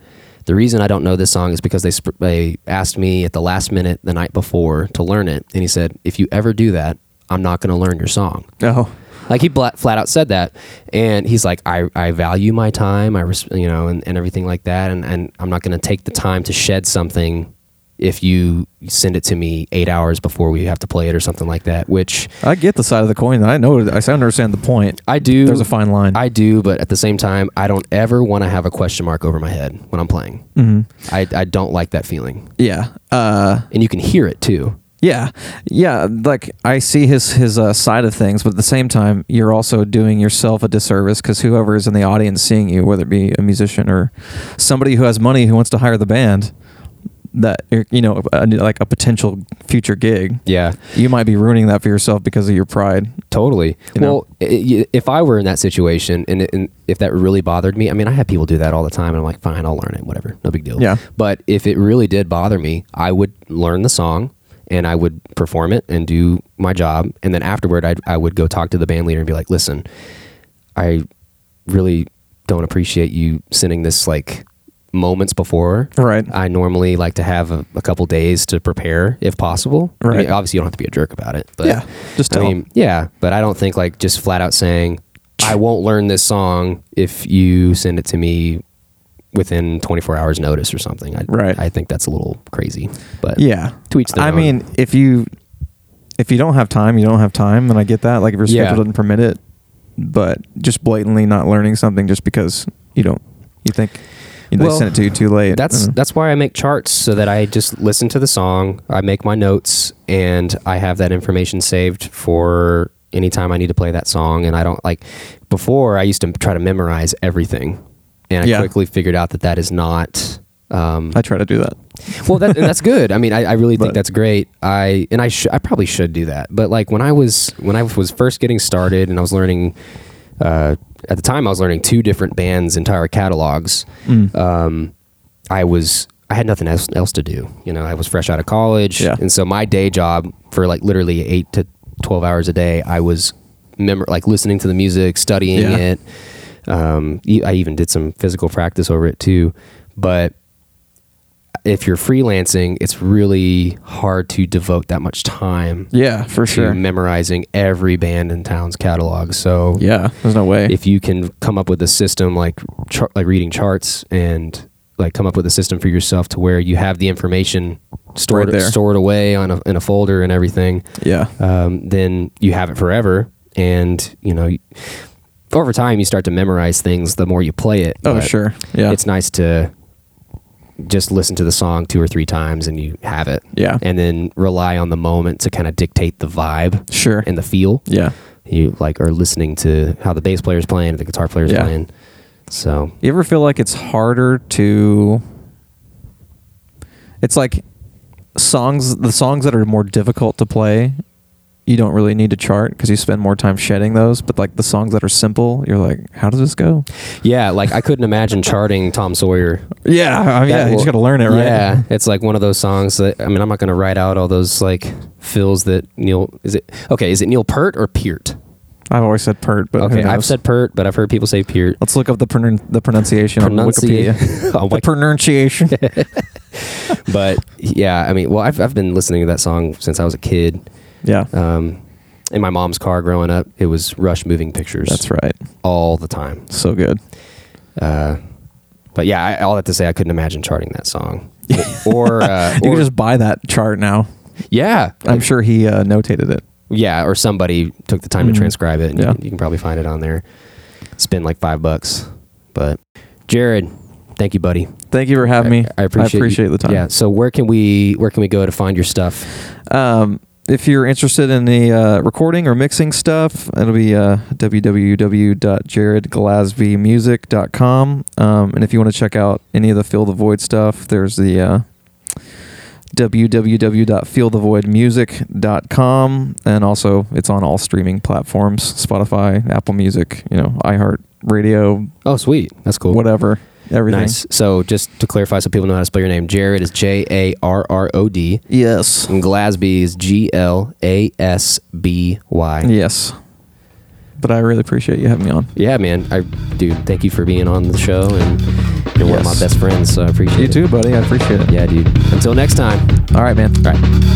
A: the reason I don't know this song is because they sp- they asked me at the last minute the night before to learn it, and he said, "If you ever do that, I'm not going to learn your song."
B: Oh,
A: Like he bla flat out said that, and he's like, I, I value my time, I res- you know, and, and everything like that, and, and I'm not going to take the time to shed something if you send it to me eight hours before we have to play it or something like that. Which
B: I get the side of the coin. I know. I understand the point.
A: I do.
B: There's a fine line.
A: I do, but at the same time, I don't ever want to have a question mark over my head when I'm playing.
B: Mhm.
A: I I don't like that feeling,
B: Yeah. Uh,
A: and you can hear it too.
B: Yeah, yeah. Like I see his his uh, side of things, but at the same time, you're also doing yourself a disservice because whoever is in the audience seeing you, whether it be a musician or somebody who has money who wants to hire the band, that er, you know, a, like a potential future gig,
A: Yeah,
B: you might be ruining that for yourself because of your pride.
A: Totally.
B: You
A: well, i i- if I were in that situation and, and if that really bothered me, I mean, I have people do that all the time, and I'm like, fine, I'll learn it, whatever, no big deal.
B: Yeah.
A: But if it really did bother me, I would learn the song and I would perform it and do my job, and then afterward, I'd, I would go talk to the band leader and be like, listen, I really don't appreciate you sending this like moments before
B: Right.
A: I normally like to have a, a couple days to prepare if possible. I mean,
B: Right.
A: obviously, you don't have to be a jerk about it. But
B: Yeah, just
A: I
B: tell
A: mean, yeah, but I don't think like just flat out saying I won't learn this song if you send it to me within 24 hours notice or something. I,
B: Right.
A: I think that's a little crazy. But
B: Yeah.
A: To each their
B: I
A: own.
B: mean, if you if you don't have time, you don't have time, and I get that. Like if your schedule
A: Yeah.
B: doesn't permit it, but just blatantly not learning something just because you don't you think you know,
A: Well,
B: they sent it to you too late. Mm-hmm.
A: That's
B: I don't know.
A: that's why I make charts so that I just listen to the song, I make my notes, and I have that information saved for anytime I need to play that song. And I don't like before I used to try to memorize everything, and I
B: Yeah.
A: quickly figured out that that is not. Um,
B: I try to do that.
A: well, that, and that's good. I mean, I, I really think
B: But-
A: that's great. I and I sh- I probably should do that. But like when I was when I was first getting started and I was learning, uh, at the time I was learning two different bands' entire catalogs.
B: Mm.
A: Um, I was I had nothing else else to do. You know, I was fresh out of college,
B: Yeah.
A: and so my day job for like literally eight to twelve hours a day, I was memor like listening to the music, studying
B: Yeah.
A: it. Um, e- I even did some physical practice over it too, but if you're freelancing, it's really hard to devote that much time
B: Yeah, for
A: to memorizing every band in town's catalog. So
B: Yeah, there's no way.
A: if you can come up with a system like char- like reading charts and like come up with a system for yourself to where you have the information stored
B: there.
A: stored away on a, in a folder and everything,
B: yeah.
A: um, then you have it forever. And you know, you- over time, you start to memorize things the more you play it.
B: Oh,
A: but
B: sure. Yeah.
A: it's nice to just listen to the song two or three times and you have it.
B: Yeah.
A: And then rely on the moment to kind of dictate the vibe
B: sure.
A: and the feel.
B: yeah.
A: You like are listening to how the bass player's playing, the guitar player's
B: Yeah.
A: playing. So
B: You ever feel like it's harder to? It's like songs. The songs that are more difficult to play, you don't really need to chart because you spend more time shedding those. But like the songs that are simple, you're like, how does this go?
A: yeah, like I couldn't imagine charting Tom Sawyer.
B: Yeah, I
A: That
B: mean, yeah, you
A: will-
B: just got to learn it, right?
A: Yeah, it's like one of those songs that I mean, I'm not going to write out all those like fills that Neil is it okay? Is it Neil Peart or Peart?
B: I've always said pert, but who
A: Okay, I've
B: knows?
A: said Peart, but I've heard people say Peart.
B: Let's look up the pronun- the pronunciation on Wikipedia.
A: Pronunci- on
B: the pronunciation.
A: but yeah, I mean, well, I've, I've been listening to that song since I was a kid.
B: yeah,
A: Um, in my mom's car growing up, it was Rush Moving Pictures.
B: that's right.
A: all the time.
B: So good.
A: Uh, but yeah, I, all that to say, I couldn't imagine charting that song. or uh,
B: You
A: or-
B: can just buy that chart now.
A: yeah,
B: I'm sure he uh, notated it.
A: yeah, or somebody took the time
B: Mhm.
A: to transcribe it. And
B: Yeah.
A: you, can, you can probably find it on there. Spend like five bucks, but Jared, thank you, buddy.
B: Thank you for having me.
A: I appreciate, you-
B: the time.
A: Yeah. So where can we where can we go to find your stuff?
B: Um, if you're interested in the uh, recording or mixing stuff, it'll be uh, www.jaredglasbymusic.com. Um, and if you want to check out any of the Fill the Void stuff, there's the uh, www.feelthevoidmusic.com. And also, it's on all streaming platforms Spotify, Apple Music, you know, iHeart Radio,
A: Oh, sweet. That's cool.
B: whatever, everything.
A: Nice. So just to clarify, so people know how to spell your name, Jared is J A R R O D,
B: Yes.
A: and Glasby is G L A S B Y.
B: Yes. But I really appreciate you having me on.
A: Yeah, man. I dude, thank you for being on the show, and you're one of my
B: Yes.
A: best friends, so I appreciate
B: You
A: it.
B: too, buddy. I appreciate it.
A: Yeah, dude. Until next time.
B: All right, man.
A: All right.